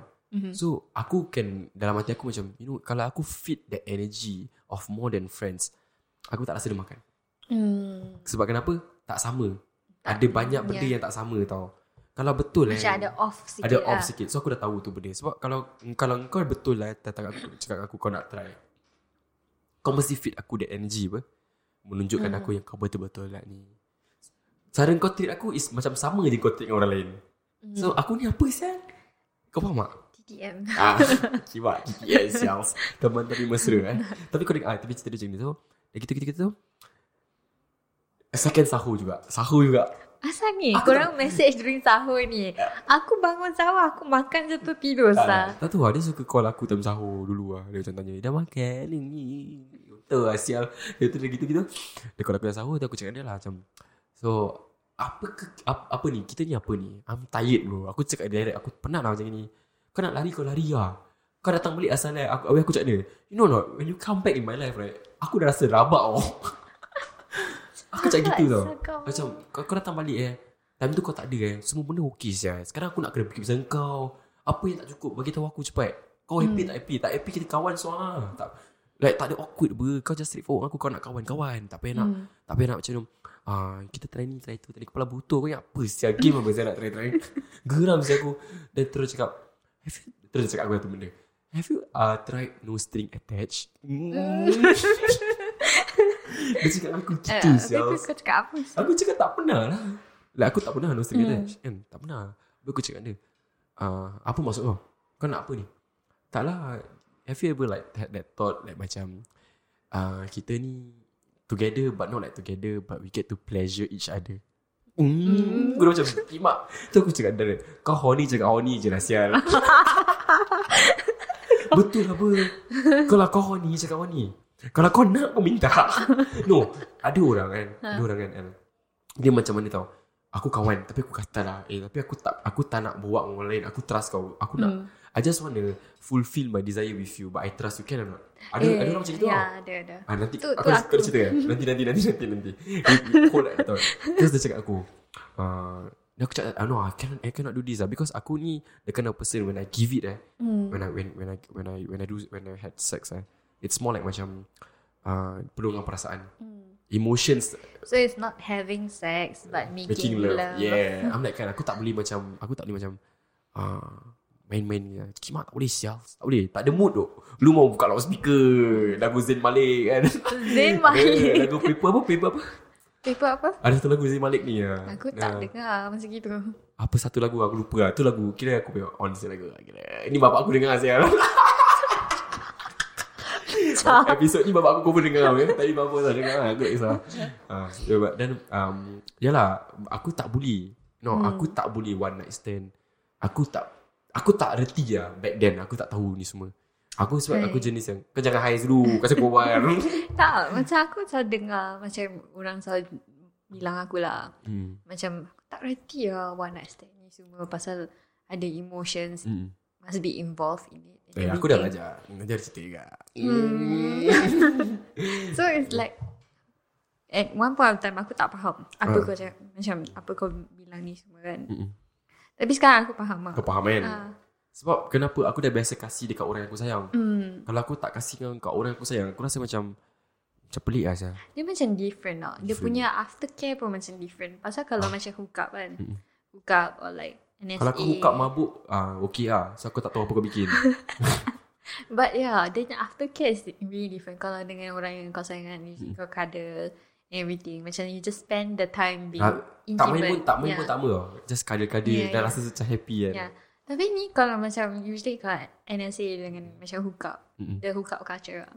So aku can Dalam hati aku macam You know Kalau aku fit the energy Of more than friends Aku tak rasa dia makan
Hmm.
Sebab kenapa Tak sama Ada banyak benda
yeah.
yang tak sama tau Kalau betul
Macam
eh,
ada off sikit
ada off
lah.
sikit So aku dah tahu tu benda Sebab kalau Kalau kau betul lah Datang aku Cakap dengan aku kau nak try Kau mesti fit aku That energy apa Menunjukkan aku yang kau betul-betul lah ni Cara kau treat aku Is macam sama je kau treat dengan orang lain
Hmm.
So aku ni apa sial Kau faham tak?
TTM.
Hmm. Ah, kibat GPL sials Teman tapi mesra eh Tapi kau dengar ah, Tapi cerita dia macam ni So Dah gitu-gitu tu Second sahur juga Sahur juga
Asal ni
Aku
korang message during sahur ni. Aku bangun sahur, aku makan je tu tidur
Tak,
sah.
tak tahu lah Dia suka call aku Time sahur dulu lah Dia macam tanya Dah makan ni ni Betul lah sial Dia tu dia gitu-gitu Dia call aku dah sahur tu aku cakap dia lah Macam So apa ke, apa, apa ni? Kita ni apa ni? I'm tired bro. Aku cakap direct aku penat lah macam ni. Kau nak lari kau lari lah. Kau datang balik asal lah. Aku, abis aku cakap dia. You know not, when you come back in my life right, aku dah rasa rabak oh. aku cakap gitu tau.
Sakau.
Macam kau, kau datang balik eh. Time tu kau tak ada eh. Semua benda okey saja. Sekarang aku nak kena fikir pasal kau. Apa yang tak cukup bagi tahu aku cepat. Kau happy
Hmm.
tak happy? Tak happy kita kawan so ah. Tak like tak ada awkward ber. Kau just straight forward dengan aku kau nak kawan-kawan. Tak payah eh, nak
Hmm.
tak payah nak macam tu. Ah, kita try ni, try tu. Tadi kepala butuh kau ingat apa? Sial game apa saya nak try-try. Geram saya aku. Dia terus cakap, have you, terus dia cakap aku satu benda. Have you uh, tried no string attached? Mm. dia cakap aku
Eh,
gitu uh,
habis
sial.
tu kau cakap apa?
Aku cakap tak pernah lah. Like aku tak pernah no string
Hmm.
attached kan. Tak pernah. Habis aku cakap dengan dia, uh, apa maksud kau? Kau nak apa ni? Tak lah. Have you ever like had that thought like macam, uh, kita ni together but not like together but we get to pleasure each other. Hmm, aku dah macam kimak. Tu aku cakap dengan dia, kau horny cakap horny je lah sial. Betul lah ber. Kalau kau horny cakap horny. Kalau kau nak kau minta. No, ada orang kan.
Ha.
Ada orang kan. kan. Dia macam mana tau. Aku kawan tapi aku kata lah. Eh tapi aku tak aku tak nak bawa orang lain. Aku trust kau. Aku nak.
Hmm.
I just want to fulfill my desire with you but I trust you can or not? Ada
Eh,
ada orang macam gitu
Ya,
tau.
ada, ada.
Ah, nanti
Tu-
aku,
tu
dah- aku
aku.
dah cerita kan? Nanti, nanti, nanti, nanti, nanti. We- we Hold lah, tau. Terus dia cakap aku, uh, then aku cakap, ah, no, I cannot, I cannot do this lah. Because aku ni the kind of person when I give it eh,
Hmm.
when I, when, when I, when I, when I do, when I had sex eh, it's more like macam, uh, penuh dengan perasaan.
Hmm.
Emotions
So it's not having sex but
making
making,
love. Yeah. I'm like kan, aku tak boleh macam, aku tak boleh macam, uh, main-main ni lah. Kimak tak boleh sial Tak boleh Tak ada mood tu Lu mau buka loudspeaker Lagu Zain Malik kan
Zain Malik.
Lagu paper apa Paper apa
Paper Eh, apa?
Ada satu lagu Zayn Malik ni ya.
Aku tak dengar masa gitu.
Apa satu lagu aku lupa lah. Tu lagu kira aku punya on saya lagu. lah, Kira. Ini bapak aku dengar saya.
Macam
Episod ni bapak aku pun dengar ya. Tadi bapak tak dengar aku tak kisah. Ah, ya, but then um yalah aku tak boleh. No,
Hmm.
aku tak boleh one night stand. Aku tak aku tak reti lah back then. Aku tak tahu ni semua. Aku sebab
Right.
aku jenis yang Kau jangan hais dulu Kau cakap berbual
tak, macam aku selalu dengar macam orang selalu bilang aku lah.
hmm.
Macam aku tak reti lah one night stand ni semua pasal ada emotions
hmm.
must be involved in it.
Eh,
and
Aku dah
everything.
belajar Nanti ada cerita juga
Hmm. So it's like At one point of time Aku tak faham Apa
Ah.
kau cakap Macam apa kau bilang ni semua kan
Mm-mm.
Tapi sekarang aku faham lah
Kau faham kan
Ah.
Sebab kenapa aku dah biasa kasih dekat orang yang aku sayang.
Hmm.
Kalau aku tak kasih dengan kat orang yang aku sayang, aku rasa macam macam pelik lah Syah.
Dia macam different tau Dia
Different.
punya aftercare pun macam different Pasal kalau macam hook up kan
Mm-mm.
Hook up or like NSA
Kalau aku hook up mabuk, ah okey lah. So aku tak tahu apa kau bikin.
But yeah Dia punya aftercare is really different Kalau dengan orang yang kau sayang kan you-
Mm.
Kau cuddle Everything Macam you just spend the time Being
Ah,
intimate
tak main pun tak main
Yeah.
pun tak apa tau. Just kadal-kadal
Yeah,
dan
yeah.
rasa macam happy kan.
Yeah. Tapi ni kalau macam usually kalau NSA dengan macam hook up,
Mm-mm.
the hook up culture lah.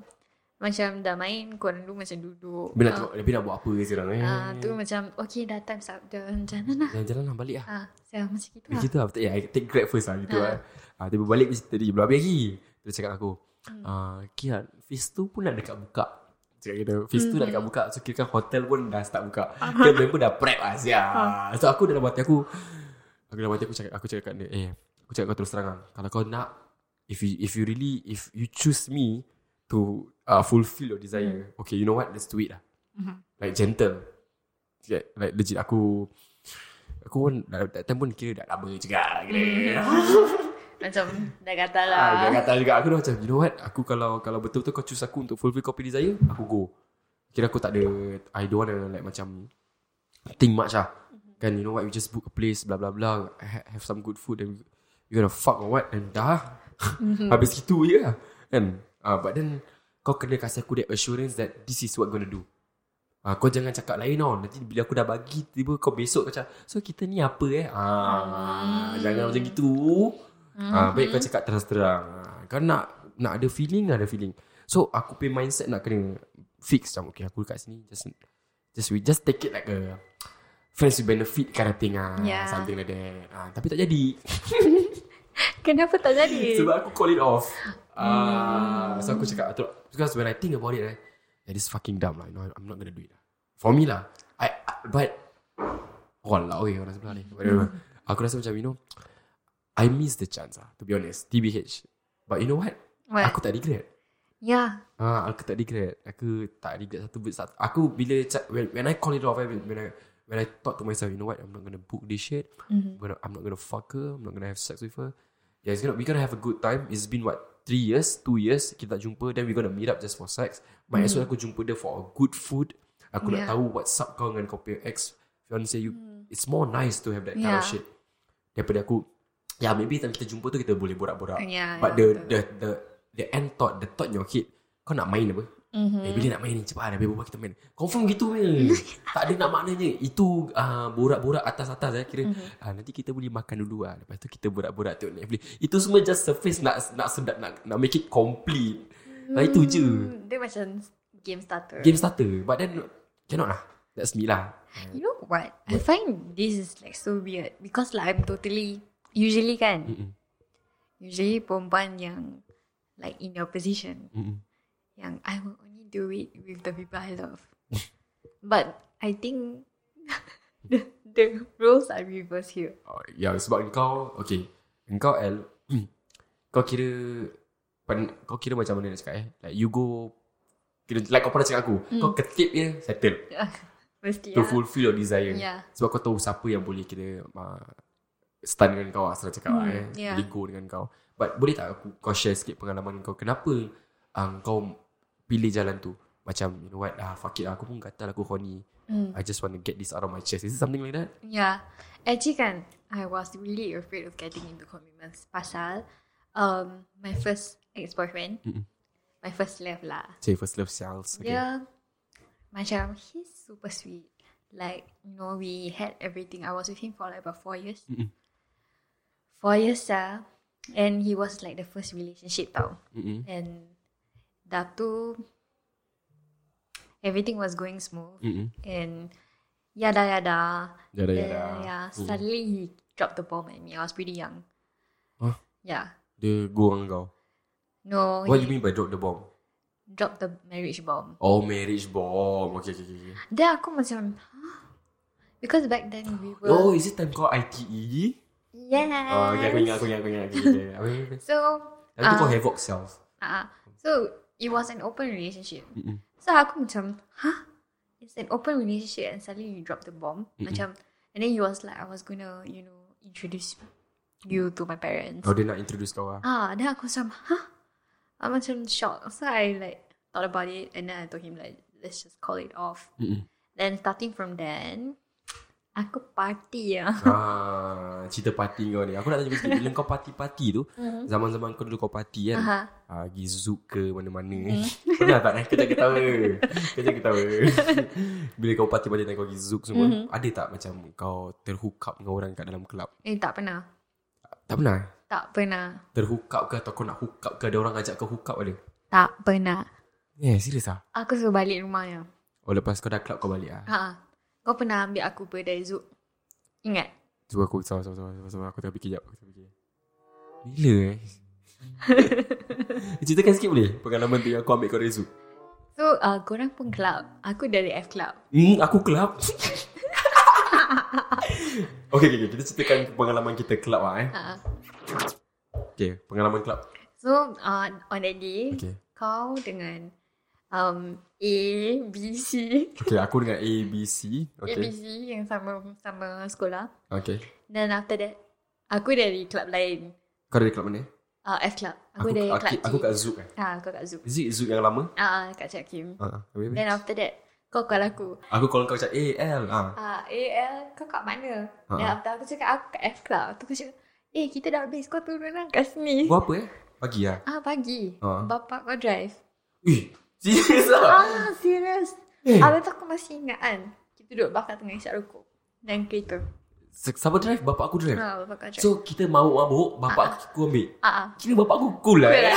Macam dah main, korang dulu macam duduk.
Lebih nak tengok, lebih nak buat apa ke sekarang eh.
Ah, ah, tu macam, okay dah time stop, dah jalan lah.
Jalan-jalan lah balik lah.
Ah, saya macam gitu
Macam
lah.
gitu lah. Betul, yeah, I take grab first lah gitu
Ah.
lah. Ah, tiba balik macam tadi belum habis lagi. Dia cakap aku, ah, Kia, phase tu pun nak dekat buka. Cakap kita, phase tu nak dekat buka. So kira kan hotel pun dah start buka. Kira member dah prep lah Zia. So aku dalam hati aku, aku dalam hati aku cakap, aku cakap kat dia, eh, aku cakap kau terus terang lah. Kalau kau nak, if you, if you really, if you choose me to uh, fulfill your desire, okay, you know what, let's do it lah.
Mhm.
Like gentle. Yeah, like legit aku Aku pun That that time pun kira dah lama juga Kira
Mm-hmm. Macam dah kata lah.
ah, Dia kata juga Aku dah macam You know what Aku kalau Kalau betul-betul kau choose aku Untuk fulfill kau pilih saya Aku go Kira aku tak ada I don't wanna like macam Think much lah Kan you know what We just book a place Blah blah blah ha- Have some good food And you gonna fuck or what And dah
Mhm. Mm.
Habis gitu je lah Kan ah, But then Kau kena kasih aku that assurance That this is what gonna do Ah, kau jangan cakap lain tau Nanti bila aku dah bagi Tiba kau besok kau cakap So kita ni apa eh ah,
Hmm.
Jangan macam gitu Ah, baik kau cakap terang-terang. Ah, Kau nak nak ada feeling, ada feeling. So aku punya mindset nak kena fix macam okay aku kat sini just just we just take it like a friends with benefit kind of thing ah
Yeah.
something like that. Ah, tapi tak jadi
Kenapa tak jadi?
sebab aku call it off. Ah, so aku cakap tu because when I think about it, eh, that is fucking dumb lah. You know, I'm not gonna do it. lah. For me lah. I, I but Walau okay, orang sebelah ni Whatever Aku rasa macam you know I miss the chance lah To be honest TBH But you know what,
What? Ya.
Aku tak regret
yeah.
Ah, aku tak regret. Aku tak regret satu bit satu. Aku bila ca- when, when I call it off, eh, when, when I when I thought to myself, you know what? I'm not gonna book this shit.
Mhm.
I'm, gonna, I'm not gonna fuck her. I'm not gonna have sex with her. Yeah, it's gonna, we're gonna have a good time. It's been what three years, two years kita tak jumpa. Then we're gonna meet up just for sex. Might as well aku jumpa dia for a good food. Aku
Yeah.
nak tahu what's up kau dengan kau punya ex fiance you. It's more nice to have that kind of
Yeah.
shit daripada aku. Yeah, maybe time kita jumpa tu kita boleh borak-borak.
Yeah,
But
yeah,
the the the the end thought, the thought in your head, kau nak main apa?
Mhm.
Mm. Eh, bila nak main ni cepat dah bila berbual kita main. Confirm gitu ni. tak ada nak maknanya. Itu uh, borak-borak atas-atas eh kira. Mm-hmm. Uh, nanti kita boleh makan dulu ah. Lepas tu kita borak-borak tengok Netflix. Itu semua just surface nak nak sedap nak nak make it complete. Nah itu je.
Hmm, Dia macam game starter.
Game starter. But then cannot lah. That's me lah.
You know what? I find this is like so weird because like I'm totally usually kan.
Mm-mm.
Usually perempuan yang like in your position
Mm-mm.
yang I will only do it with the people I love. But I think the, the roles are reversed here.
Oh, ya sebab engkau Okay Engkau L mm. Kau kira pen, Kau kira macam mana nak cakap eh Like you go kira, Like kau pernah cakap aku mm. Kau ketip je Settle
Mesti
To
lah.
fulfill your desire
Yeah.
Sebab kau tahu siapa yang boleh kira uh, Stun dengan kau Asal cakap lah eh
Hmm, yeah.
Boleh go dengan kau But boleh tak aku Kau share sikit pengalaman kau Kenapa uh, Kau Pilih jalan tu Macam you know what ah, Fuck it lah Aku pun kata aku horny
Mm.
I just want to get this out of my chest Is it something like that?
Yeah. Actually kan, I was really afraid of getting into commitments pasal um, my first ex-boyfriend,
Mm-mm.
my first love lah.
Say first love sales
Okay. Dia macam he's super sweet. Like, you know, we had everything. I was with him for like about four years.
Mm-mm.
Four years ah. And he was like the first relationship tau.
Mm-mm.
And dah tu, everything was going smooth.
Mm-mm.
And yada yada.
Yada
Yeah,
yada.
yeah.
Mm.
Suddenly he dropped the bomb at me. I was pretty young.
Huh?
Yeah.
Dia go dengan kau.
No,
What
he
you mean by drop the bomb?
dropped the marriage bomb.
Oh, marriage bomb. Okay, okay, okay.
Then aku macam, huh? Because back then we were...
Oh, is it time kau ITE?
yes.
Oh, okay, aku ingat, aku ingat, aku ingat. Okay, okay. Apa, apa, apa.
So,
Lalu tu kau
Ah.
havoc self.
uh, so it was an open relationship.
Mm-mm.
So aku macam, huh? It's an open relationship and suddenly you drop the bomb.
Mm-mm.
Macam, and then he was like, I was gonna, you know, introduce you to my parents.
Oh, dia nak introduce kau lah.
Ah, then aku macam, huh? I macam shocked. So I like thought about it and then I told him like, let's just call it off.
Mm-mm.
Then starting from then, aku party ya.
Ah, cerita party kau ni. Aku nak tanya kau sikit. Bila kau party-party tu, zaman-zaman kau dulu kau party kan?
Aha. Hmm.
Ah, pergi zouk ke mana-mana. Pernah tak? Kejap ketawa. Kejap ketawa. Bila kau party-party dan kau pergi zouk semua,
Mhm.
ada tak macam kau terhook up dengan orang kat dalam kelab?
Eh, tak pernah.
Tak pernah?
Tak pernah.
Terhook up ke Atau kau nak hook up ke Ada orang ajak kau hook up ada
Tak pernah.
Eh yeah, serius lah
Aku suruh balik rumah ya.
Oh lepas kau dah club kau balik lah
Ha. Kau pernah ambil aku pergi dari Zouk. Ingat?
Cuba aku Sabar sabar sabar, sabar, sabar. Aku tengah fikir jap Aku tengah fikir Bila eh Ceritakan sikit boleh Pengalaman tu yang aku ambil kau dari zoo
So, uh, korang pun club. Aku dari F Club.
Hmm aku club okay, okay, okay, kita ceritakan pengalaman kita club lah eh
Ha.
Okay, pengalaman club
So, uh, on that day,
Okay
kau dengan um, A, B, C.
Okay, aku dengan A, B, C Okay
Okay. ABC yang sama sama sekolah.
Okay
Dan after that, aku dari club lain.
Kau dari club mana?
Uh, F Club.
aku
Aku, dari
aku,
club
aku
G.
kat Zook eh
Ha, kau kat Zoom.
Is it Zook yang lama?
Ah, uh, kat Cik Hakim.
Uh,
Then after that, kau call aku.
aku call kau macam A, L ah.
Ah, AL, kau kat mana?
Ha.
Dan after aku cakap aku kat F Club. Tu aku cakap, eh kita dah habis. Kau turun lah kat sini.
Kau apa eh? Pagi lah
Ah, pagi.
Ha.
Bapak kau drive.
Ih, serius lah
Ah, serius.
Eh.
Habis tu aku masih ingat kan. Kita duduk bakar tengah isyak rokok. Dan kereta.
Siapa drive? Bapak aku drive
Ah, bapak kau
Eh.
drive.
So kita mabuk-mabuk Bapak aku ambil
ah, ah.
Kira bapak aku cool lah eh.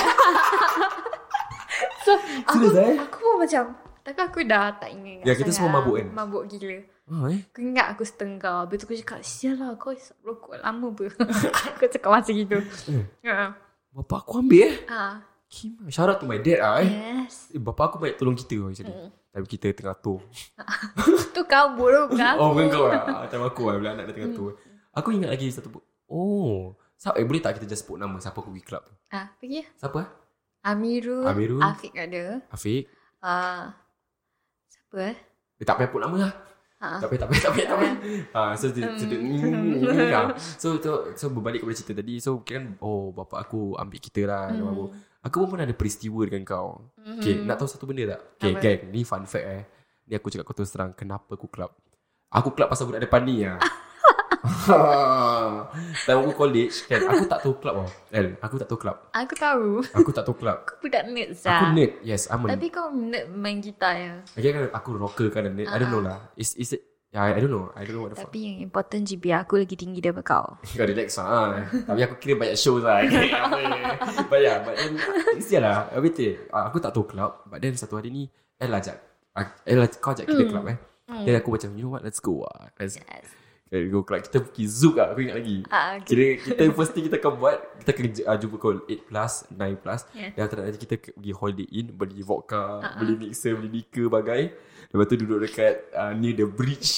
so, aku,
Serius, eh?
aku pun macam Tapi aku dah tak ingat
Ya, kita semua
sangat lah.
mabuk kan?
Mabuk gila
Oh, eh.
Aku ingat aku setengah Habis tu aku cakap Sial lah kau isap rokok lama apa Aku cakap macam gitu
Eh.
Ha.
Bapak aku ambil eh
Ah,
Kima Shout out to my dad lah eh
Yes
Eh,
Hmm.
Bapak aku banyak tolong kita oh, actually. Time kita tengah tour
Tu kau buruk kan?
Oh bukan kau lah Time aku lah Bila anak dah tengah
Hmm.
tour Aku ingat lagi satu book Oh Sa- eh, Boleh tak kita just sebut nama Siapa aku pergi club tu
Ah, pergi.
Siapa eh
Amirul,
Amirul.
Afiq ada.
Afiq
Uh, siapa eh?
Eh, tak payah put nama lah
Ha.
Tak payah tak payah tak payah, tak payah. Ha, so dia,
Hmm.
so, dia, mm, ha. so, so, so berbalik kepada cerita tadi So kira kan Oh bapa aku ambil kita lah
Hmm.
mm. Aku pun pernah ada peristiwa dengan kau Okay,
Mhm.
nak tahu satu benda tak? Okay,
Apa?
gang, ni fun fact eh. Ni aku cakap kau terus terang, kenapa aku club? Aku club pasal budak depan ni lah. Time aku college, kan, aku tak tahu club tau. El, aku tak tahu club.
Aku tahu.
Aku tak tahu club.
Aku budak nerd
Aku
sah.
nerd, yes, I'm a nerd.
Tapi kau nerd main gitar ya.
Okay, kan, aku rocker kan, nerd. I don't know lah. Is, is it, Yeah, I I don't know. I don't know what the fuck.
Ah. Tapi yang important GPA aku lagi tinggi daripada kau.
Kau relax lah. Tapi aku kira banyak show lah. Okay, apa ni? banyak. But then, it's lah. Everything. Ah, Aku tak tahu club. But then satu hari ni, El ajak. ah, El, aj- kau ajak kita
Hmm.
club eh.
Hmm.
Then aku macam You know what Let's go lah Let's
Yes.
let's go Kalau kita pergi Zook lah Aku ingat lagi
Ah, okay.
Kira kita first thing kita akan buat Kita akan uh, jumpa call 8 plus 9 plus
Yeah.
Dan after that nanti kita ke- pergi holiday in Beli vodka
Ah,
uh-huh. Beli mixer Beli beaker bagai Lepas tu duduk dekat uh, Near the bridge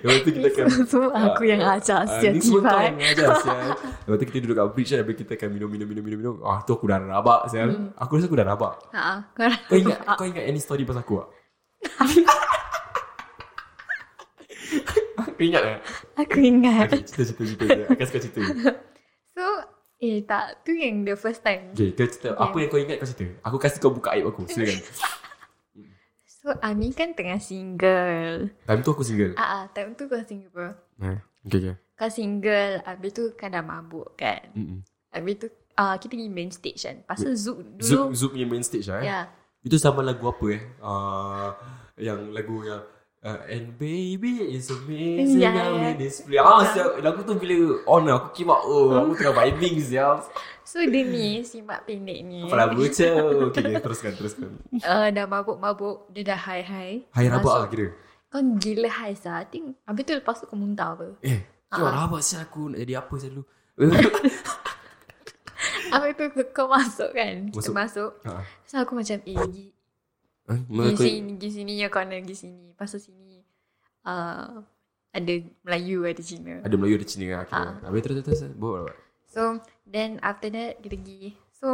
Lepas tu kita akan
Semua aku yang ajak
Ah,
Sia
Ni semua kau
Tifat
yang ajar sial Lepas tu kita duduk kat bridge kan Lepas kita akan minum minum minum minum minum Ah tu aku dah rabak sial
Hmm.
Aku rasa aku dah rabak
Haa Ah, Kau
kau ingat kau ingat any story pasal aku tak? Kau ingat tak?
Aku ingat
Okay, cerita cerita cerita. cerita. Akan suka cerita.
So Eh tak Tu yang the first time
Okay, kau cerita
Okay.
apa yang kau ingat kau cerita. Aku kasi kau buka aib aku. Silakan.
So Ami kan tengah single
Time tu aku single.
Ah, ah, Time tu kau single bro
Eh, okay okay.
Kau single Habis tu kan dah mabuk kan
Mm-mm.
Habis tu ah Kita pergi main stage kan Pasal Zook
Zoom
dulu
Zoom punya main stage lah eh.
Ya
Itu sama lagu apa eh? Uh, yang lagu yang uh, And baby is amazing
Ya,
yeah, I'm
ya.
in this place. Ah, siap, lagu tu bila on lah, aku kira oh,
Hmm.
aku tengah vibing siap.
So dia ni Si mak pendek ni
Kepala buca. Okay, okay, teruskan, teruskan.
uh, Dah mabuk-mabuk Dia dah high-high
Hai rabak
Masuk-
lah kira.
Kau gila high sah I think Habis tu lepas tu kau muntah apa
Eh, kau
Ah.
rabak sih aku nak jadi apa selalu.
Habis tu kau- kau masuk kan Kita
Masuk.
masuk
ha.
So aku macam Eh gi,
Eh,
gi
mengaku-
sini Gi sini Yang corner gi sini Pasal sini uh, Ada Melayu Ada Cina
Ada Melayu ada Cina lah kira.
Ah.
Habis terus terus terus. Bawa bawa.
So Then after that Kita pergi So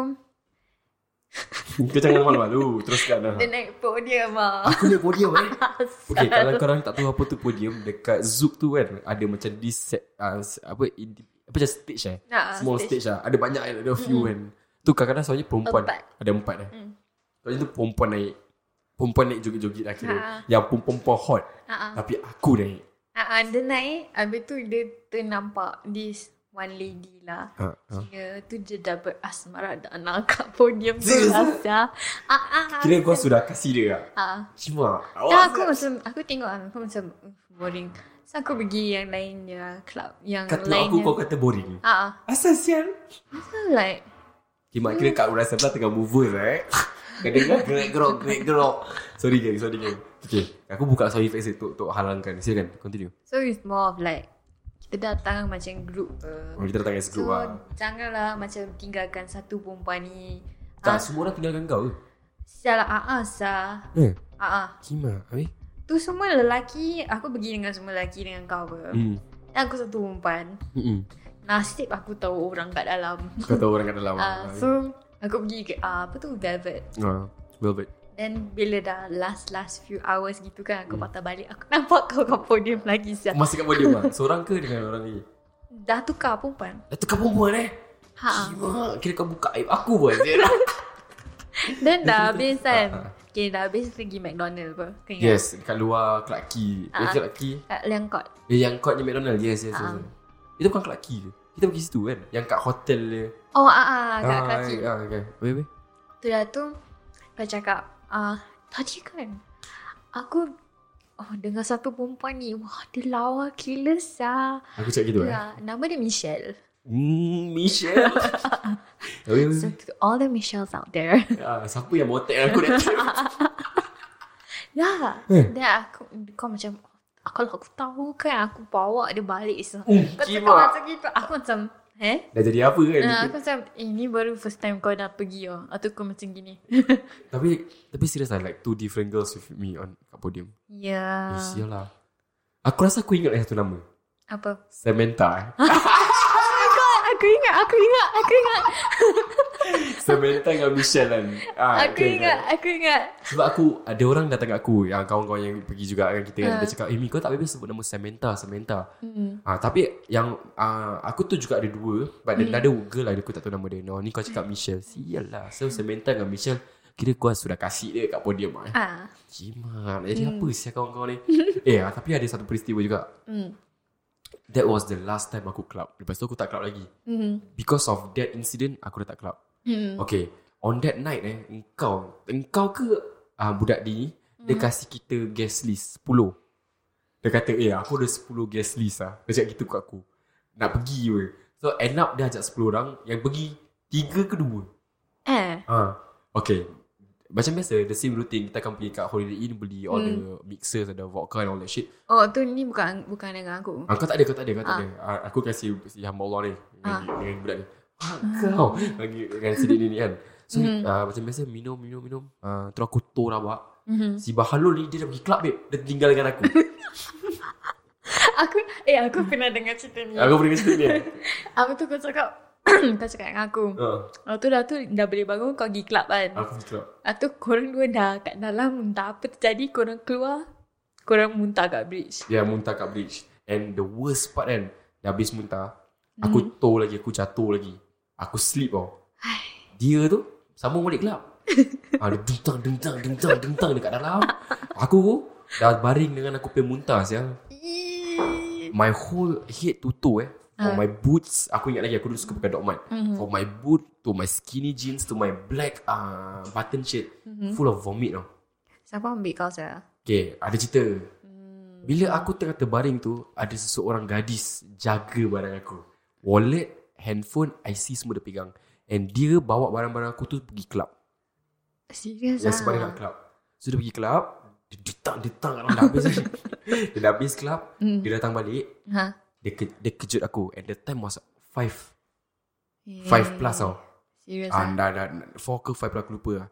Kau jangan malu-malu. Teruskan lah.
Dia naik podium lah
Aku naik podium eh. Okay, kalau korang tak tahu apa tu podium, dekat Zook tu kan, ada macam this set, uh, apa, indi- apa macam stage eh.
Nah,
Small stage, lah. Ada banyak, ada a few kan. Tu kadang-kadang soalnya perempuan.
Oh, Empat.
Ada empat eh.
Mm.
Soalnya tu perempuan naik. Perempuan naik joget-joget lah kira.
Ha.
Yang perempuan-perempuan hot.
uh-uh.
Tapi aku naik.
uh-uh. Dia naik Habis tu dia ternampak This One lady lah
Ha, ha.
Dia tu dia dah berasmara Dan nak kat podium tu
Serius?
lah sia. Ah, ah, ah.
Kira kau Oh, sudah kasih dia lah.
ah.
Cuma.
Dah aku macam Aku tengok lah Aku macam "Ugh, Boring So aku pergi yang lain je lah Club yang
Kata
lain
aku kau kata boring.
Ah, ah.
Asal sial?
so like
Okay, mak kira kat orang sebelah tengah move on eh. Kau dengar gerek-gerok, gerek-gerok. Sorry geng, sorry geng. Okay, aku buka sorry face dia untuk, untuk halangkan. Silakan, continue.
So it's more of like Kita datang macam group
Oh,
uh.
kita datang as
So
group lah.
janganlah macam tinggalkan satu perempuan ni
Tak,
Ah,
semua orang tinggalkan kau ke?
Sial lah ah, ah, sah
Eh,
ah, ah.
Kima, habis?
Tu semua lelaki Aku pergi dengan semua lelaki dengan kau apa
Hmm.
Dan aku satu perempuan
Mm-mm.
Nasib aku tahu orang kat dalam
Kau tahu orang kat dalam.
Ah, So aku pergi ke ah, Apa tu Velvet
Ah, Velvet.
Then bila dah last last few hours gitu
Hmm.
kan aku patah balik aku nampak kau kat podium lagi siap.
Masih kat podium lah. Seorang ke dengan orang ni?
Dah tukar perempuan.
Eh, tu kau perempuan eh?
Ha.
Kima, kira kau buka aib aku pun.
Then dah habis
Ah,
kan. Okay dah habis pergi McDonald apa. Kau ingat?
yes, kat luar Clark Key. Eh,
Ah.
Clark Key.
Kat Liangkot.
Eh, yang kot ni McDonald. Yes, yes, yes.
Ah.
yes. Itu bukan Clark Key ke? Kita pergi situ kan? Yang kat hotel dia.
Oh ah ah kat
Ah,
kaki.
Ah, okay. Wait, wait.
Tu dah tu kau cakap ah tadi kan aku oh dengan satu perempuan ni wah dia lawa gila sah.
Aku cakap gitu eh.
Ya, nama dia Michelle.
Hmm, Michelle. wait, wait,
So
wait.
to all the Michelles out there.
Ah, siapa yang botek aku dah
Ya.
Eh.
Then aku kau macam "Oh, kalau aku tahu kan aku bawa dia balik so.
Hmm,
Kau cakap
kimak.
macam gitu Aku macam Eh?
Dah jadi apa kan
Nah, aku macam eh, Ini baru first time kau dah pergi oh. Atau kau macam gini
Tapi Tapi serious lah Like two different girls with me On kat podium
Ya
uh. lah Aku rasa aku ingat lagi satu nama
Apa
Samantha eh.
Kau Aku ingat Aku ingat Aku ingat
Samantha dengan Michelle kan ah,
Aku
kan,
ingat
kan.
Aku ingat
Sebab aku Ada orang datang kat aku Yang kawan-kawan yang pergi juga kan Kita kan
Ah.
Dia cakap Eh Mi kau tak boleh sebut nama Samantha Samantha
hmm.
Ah, tapi yang ah, aku tu juga ada dua But hmm. another girl lah Aku tak tahu nama dia no, Ni kau cakap Michelle Sial lah So Samantha dengan Michelle Kira kau sudah kasih dia kat podium lah eh.
Ah.
Jimat Jadi apa siapa kawan-kawan ni Eh ah, tapi ada satu peristiwa juga
Hmm.
That was the last time aku club Lepas tu aku tak club lagi
Hmm.
Because of that incident Aku dah tak club
Hmm.
Okay On that night eh Engkau Engkau ke ah, Budak ni Dia kasih kita guest list 10 Dia kata Eh aku ada 10 guest list lah Dia cakap gitu kat aku Nak pergi we So end up dia ajak 10 orang Yang pergi 3 ke 2
Eh.
ha. Okay Macam biasa The same routine Kita akan pergi kat Holiday Inn Beli all the mixers Ada vodka and all that shit
Oh tu ni bukan bukan dengan aku.
Ah, kau tak ada, kau tak ada, kau tak
Ah.
ada. Ah, aku kasi si hamba Allah ni dengan,
Ah.
dengan budak ni. Ah, kau lagi dengan si dia ni kan. So
Mhm.
ah, macam biasa minum minum minum. Ah, terus aku tour rabak.
Mhm.
Si Bahalul ni dia dah pergi club babe. Dia tinggalkan aku.
Aku eh aku pernah dengar cerita ni.
aku pergi situ dia.
Apa tu kau cakap kau cakap dengan aku.
Ah,
Lepas tu dah tu dah boleh bangun kau pergi club kan.
aku pergi club.
Lepas tu korang dua dah kat dalam entah apa terjadi korang keluar. Korang muntah kat bridge.
Dia muntah kat bridge. And the worst part kan, dia habis muntah. Aku tour lagi, aku jatuh lagi. Aku sleep tau. Dia tu sambung balik gelap. ha, dia dentang, dentang, dentang, dentang dekat dalam. Aku dah baring dengan aku punya muntah siang.
Ih.
My whole head to toe eh. From my boots Aku ingat lagi Aku dulu suka pakai dog mart
Mhm.
From my boot To my skinny jeans To my black uh, Button shirt
Hmm.
Full of vomit tau
Siapa ambil kau saya?
Okay Ada cerita
Hmm.
Bila aku tengah terbaring tu Ada seseorang gadis Jaga barang aku Wallet Handphone IC semua dia pegang And dia bawa barang-barang aku tu Pergi club
Serius ah?
Yang lah. sebab dia kat club So dia pergi club Dia detang-detang Dah habis Dia dah habis club
Hmm.
Dia datang balik
Ha.
dia, ke, dia kejut aku And the time was 5
Eh,
5 plus tau
Serius
ah,
ah.
dah, dah, 4 ke 5 plus aku lupa lah.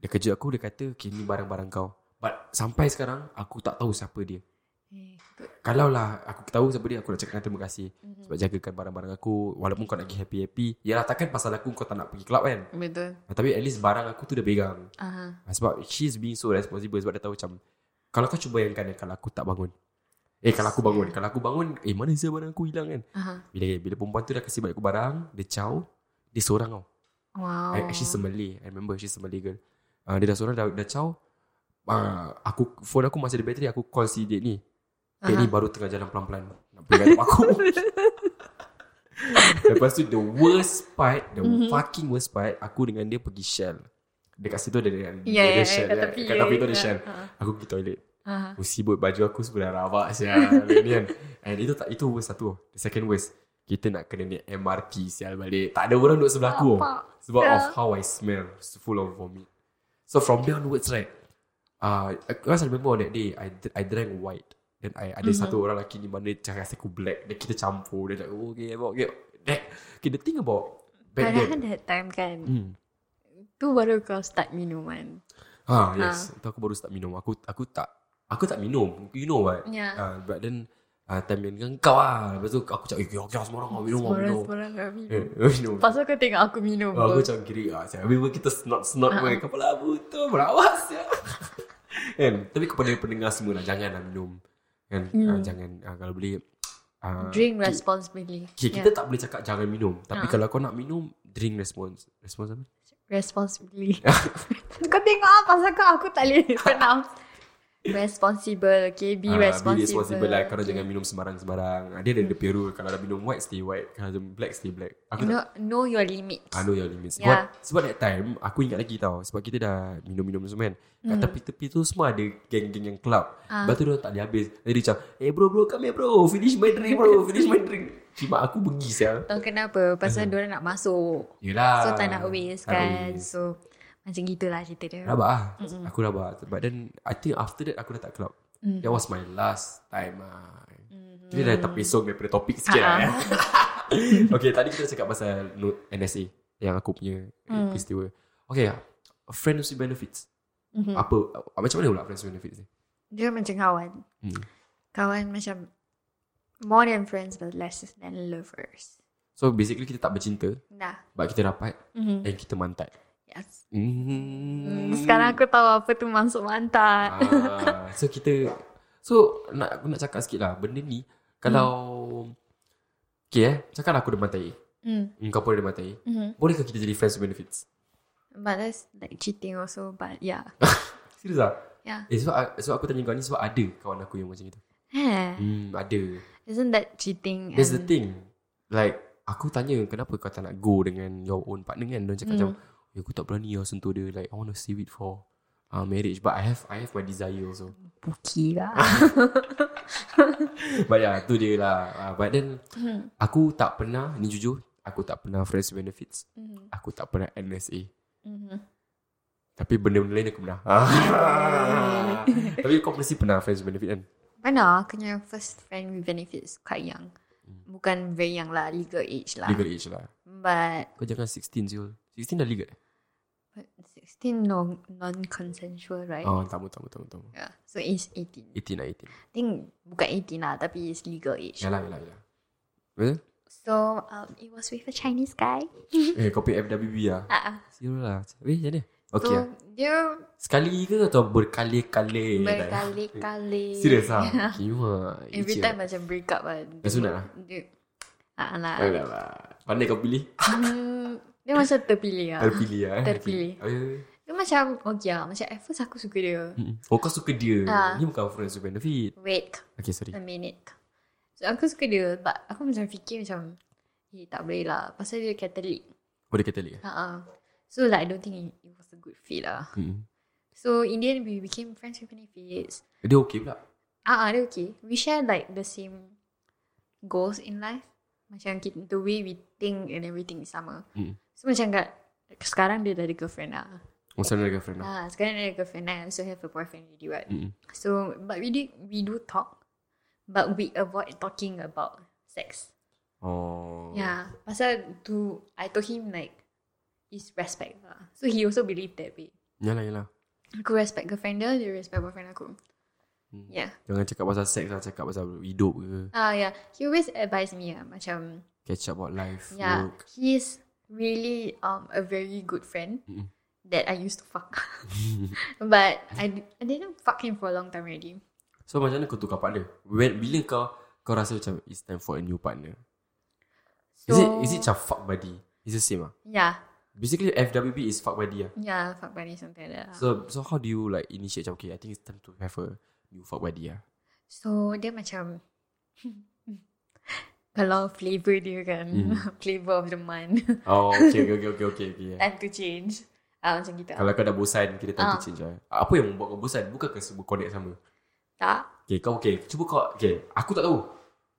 Dia kejut aku Dia kata Okay ni barang-barang kau But sampai sekarang Aku tak tahu siapa dia
Eh, good. Hmm.
Kalau lah Aku tahu siapa dia Aku nak cakap terima kasih Sebab jagakan barang-barang aku Walaupun kau nak pergi happy-happy Yalah takkan pasal aku Kau tak nak pergi club kan
Betul.
Ah, Tapi at least barang aku tu dia pegang
Ah.
Ah, Sebab she's being so responsible Sebab dia tahu macam Kalau kau cuba bayangkan eh, Kalau aku tak bangun Eh kalau aku bangun Kalau aku bangun Eh mana sih barang aku hilang kan
Ah.
bila bila perempuan tu dah kasi balik aku barang, dia caw, dia seorang tau.
Wow.
Oh. She's a Malay. I remember she's a Malay girl. Uh, dia dah seorang dah, dah caw. Uh, aku phone aku masih ada bateri aku call si date ni. Date ni baru tengah jalan pelan-pelan. Nak pergi kat tempat aku. Lepas tu the worst part, the
Mhm.
mm-hmm. fucking worst part, aku dengan dia pergi Shell. Dekat situ ada dia,
Ya,
dia
ya, ya,
Shell.
kat
Kat
tepi,
tepi, kat
ya,
tepi tu ada
ya.
Shell.
Ha.
Aku pergi toilet.
Ah.
Aku sibuk baju aku sebelah rabak sial ni kan. And itu tak itu worst satu. oh. The second worst. Kita nak kena naik MRT sial balik. Tak ada orang duduk sebelah aku. oh.
Apa?
Sebab
Ya.
of how I smell. It's Full of vomit. So from there onwards right. Uh, because I remember on that day I I drank white. Then I ada mm-hmm. satu orang lelaki ni mana dia cakap aku black. Then kita campur. Dia like oh, okay about okay. That, okay the thing about back then.
Padahal that time kan
Hmm.
Tu baru kau start minuman Ah.
Ha yes. Tu aku baru start minum. Aku aku tak aku tak minum. You know what?
Ya
Ah, but then ah, time yang dengan kau lah Lepas tu aku cakap Eh kau semua orang minum Semua
Sembarang
minum
sembarang kau
Eh,
minum
minum
Pasal kau tengok aku minum
Oh,
pun.
Aku macam kiri ah, siap. Habis pun kita snot-snot
Ah.
uh Kepala buta Berawak siap kan? Tapi kepada pendengar semua lah Jangan lah minum kan? Ah, Jangan ah, Kalau boleh ah,
Hmm. Drink responsibly Ya,
okay, Kita tak boleh cakap jangan minum Tapi
Ah.
kalau kau nak minum Drink response Response apa?
Responsibly Kau tengok lah Pasal kau aku tak boleh pronounce Responsible Okay Be
Ah, Be
responsible
responsible lah Kalau
okay.
jangan minum sembarang-sembarang Ah, Dia ada the peru Kalau dah minum white Stay white Kalau dah black Stay black Aku tak
Know, know your limit
I know your limits Sebab,
Yeah.
yeah. sebab that time Aku ingat lagi tau Sebab kita dah Minum-minum semua kan Kat tepi-tepi tu Semua ada geng-geng yang club
Hmm. Ah.
Lepas tu dia orang tak boleh habis Jadi dia macam Eh bro bro Come here bro Finish my drink bro Finish my drink Cuma aku pergi sial
Tahu kenapa Pasal diorang nak masuk
Yelah
So tak nak
Mm-hmm. Ah,
waste
Tak
kan
waste.
So Macam gitulah cerita dia
Rabak lah Aku rabak But then I think after that Aku dah tak club
Mm.
ah.
Mm-hmm.
That was my last time lah Kita dah terpesong daripada topik sikit lah
Ah.
eh. okay, tadi kita cakap pasal no- NSA yang aku punya hmm.
Hmm.
peristiwa. Okay, friends with benefits.
Mhm.
Hmm. Apa uh, macam mana pula friends with benefits ni?
Dia macam kawan.
Hmm.
Kawan macam more than friends but less than lovers.
So basically kita tak bercinta,
Nah.
but kita rapat
Mhm.
dan kita mantat.
Yes.
Hmm.
Hmm. Sekarang aku tahu apa tu maksud mantan.
Ah, so kita so nak aku nak cakap sikit lah benda ni kalau okay eh cakap lah aku dermatai.
Hmm.
Hmm, Kau pun dermatai.
Mhm.
Bolehkah kita jadi friends with benefits?
But that's like cheating also. But yeah.
Serius lah?
Yeah.
Eh, sebab, sebab aku tanya kau ni sebab ada kawan aku yang macam itu.
Eh,
Hmm, ada.
Isn't that cheating?
That's the
and-
thing. Like, aku tanya kenapa kau tak nak go dengan your own partner kan? Dia cakap
Hmm.
macam, eh, aku tak berani lah sentuh dia. Like, I want to save it for uh, marriage. But I have I have my desire also.
Puki lah.
But yeah, tu dia lah. Uh, but then,
Mhm.
aku tak pernah, ni jujur, aku tak pernah friends with benefits.
Mhm.
Aku tak pernah NSA.
Mhm.
Tapi benda-benda lain aku pernah. Tapi kau mesti pernah friends with benefit kan?
Mana aku punya first friend with benefits quite young. Bukan very young lah, legal age lah.
Hmm. Legal age lah.
But
Kau jangan 16 Zul 16 dah legal eh?
but 16 no, non-consensual right?
Oh tamu tamu tamu tamu
Yeah. So it's 18.
18 lah 18
I think bukan 18 lah tapi it's legal age.
Yalah yalah yalah Betul?
So um, it was with a Chinese guy.
eh kau pay FWB lah
Ah, ah.
Zero lah Weh macam mana? Okay
so
lah
dia
Sekali ke atau berkali-kali
berkali-kali.
Serius lah Kima
Every time macam break up lah.
Dah sunat lah?
Dia, ah, ah lah.
Alah lah Pandai kau pilih
Hmm, dia macam terpilih lah.
Terpilih lah eh
Terpilih.
Okay. Okay, okay.
Dia macam okay lah. Macam at first aku suka dia.
Mm-mm. Oh kau suka dia
Ah.
Ni bukan friends with benefit
Wait
Okay sorry
a minute. So aku suka dia but aku macam fikir macam eh tak boleh lah. Pasal dia Catholic.
Oh dia kata lagi
Uh-uh. So like I don't think it, it was a good fit lah. So in the end we became friends with benefits.
Dia okay pula
Ah, uh-uh, dia okay. We share like the same goals in life. Macam kita, the way we think and everything is sama.
Mm.
So macam kat sekarang dia dah ada girlfriend lah.
Oh sana ada girlfriend lah
Ah, sekarang dia ada girlfriend and I also have a boyfriend already right.
Mm-mm.
So but we did we do talk, but we avoid talking about sex.
Oh
Yeah, pasal tu I told him like is respect lah. So he also believe that way.
Yalah yalah
Aku respect girlfriend dia, dia respect boyfriend aku.
Hmm.
Yeah.
Jangan cakap pasal seks lah Cakap pasal hidup ke
Ah yeah, he always advise me lah macam
Catch up about life
yeah,
work.
he's really um a very good friend
Mm-mm.
that I used to fuck. But I, di- I didn't fuck him for a long time already.
So macam mana kau tukar partner? When, bila kau kau rasa macam it's time for a new partner?
So,
is it is it macam fuck buddy? It's the same ah.
Yeah,
Basically FWB is fuck buddy ah.
yeah, fuck buddy something like that. lah.
So so how do you like initiate macam okay I think it's time to have a new fuck buddy ah.
So dia macam Kalau flavour dia kan
Mm.
Flavour of the month
Oh okay okay okay okay, okay, okay.
Time to change ah, Macam kita
Kalau kau dah bosan Kita time
Ah.
to change lah Apa yang membuat kau bosan Bukankah semua connect sama
Tak
Okay kau okay Cuba kau Okay Aku tak tahu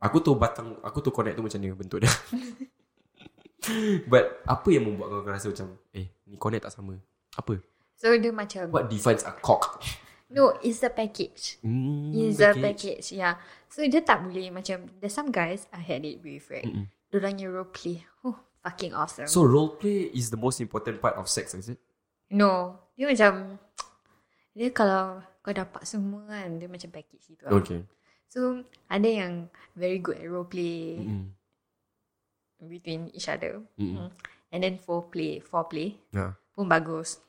Aku tahu batang Aku tahu connect tu macam mana Bentuk dia But Apa yang membuat kau rasa macam Eh ni connect tak sama Apa
So dia macam
What defines a cock?
No it's a package
Mm,
It's a package Yeah So dia tak boleh macam There's some guys I had it with right
Mm-mm.
Diorang yang role play oh, Fucking awesome
So role play is the most important part of sex, is it?
No Dia macam Dia kalau Kau dapat semua kan Dia macam package gitu lah.
Ah. Okay.
So Ada yang Very good at role play
Mm-mm.
Between each other
Mm-mm.
Mm. And then foreplay Foreplay
Ha.
pun bagus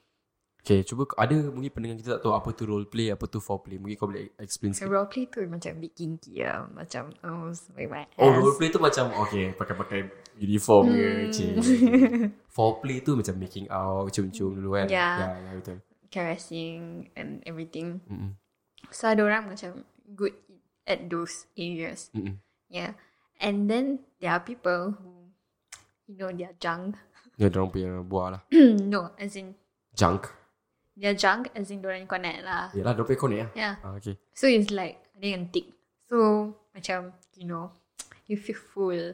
Okay, cuba k- ada mungkin pendengar kita tak tahu apa tu role play, apa tu foreplay. Mungkin kau boleh explain sikit.
Roleplay tu macam bit kinky lah Macam Oh smack my ass
Oh, role play tu macam okay, pakai-pakai uniform ke,
Hmm.
cik. Foreplay tu macam making out, cium-cium dulu kan.
Ya.
Ya, ya betul.
Caressing And everything
Mm-mm.
So ada orang macam Good at those areas
Mm-mm.
Yeah And then There are people who You know They are junk
Ya, dorang punya buah lah.
No As in
Junk.
They are junk As in dorang connect lah
Yalah, dorang punya connect lah.
Yeah
Ah, okay.
So it's like Ada yang tick So Macam You know You feel full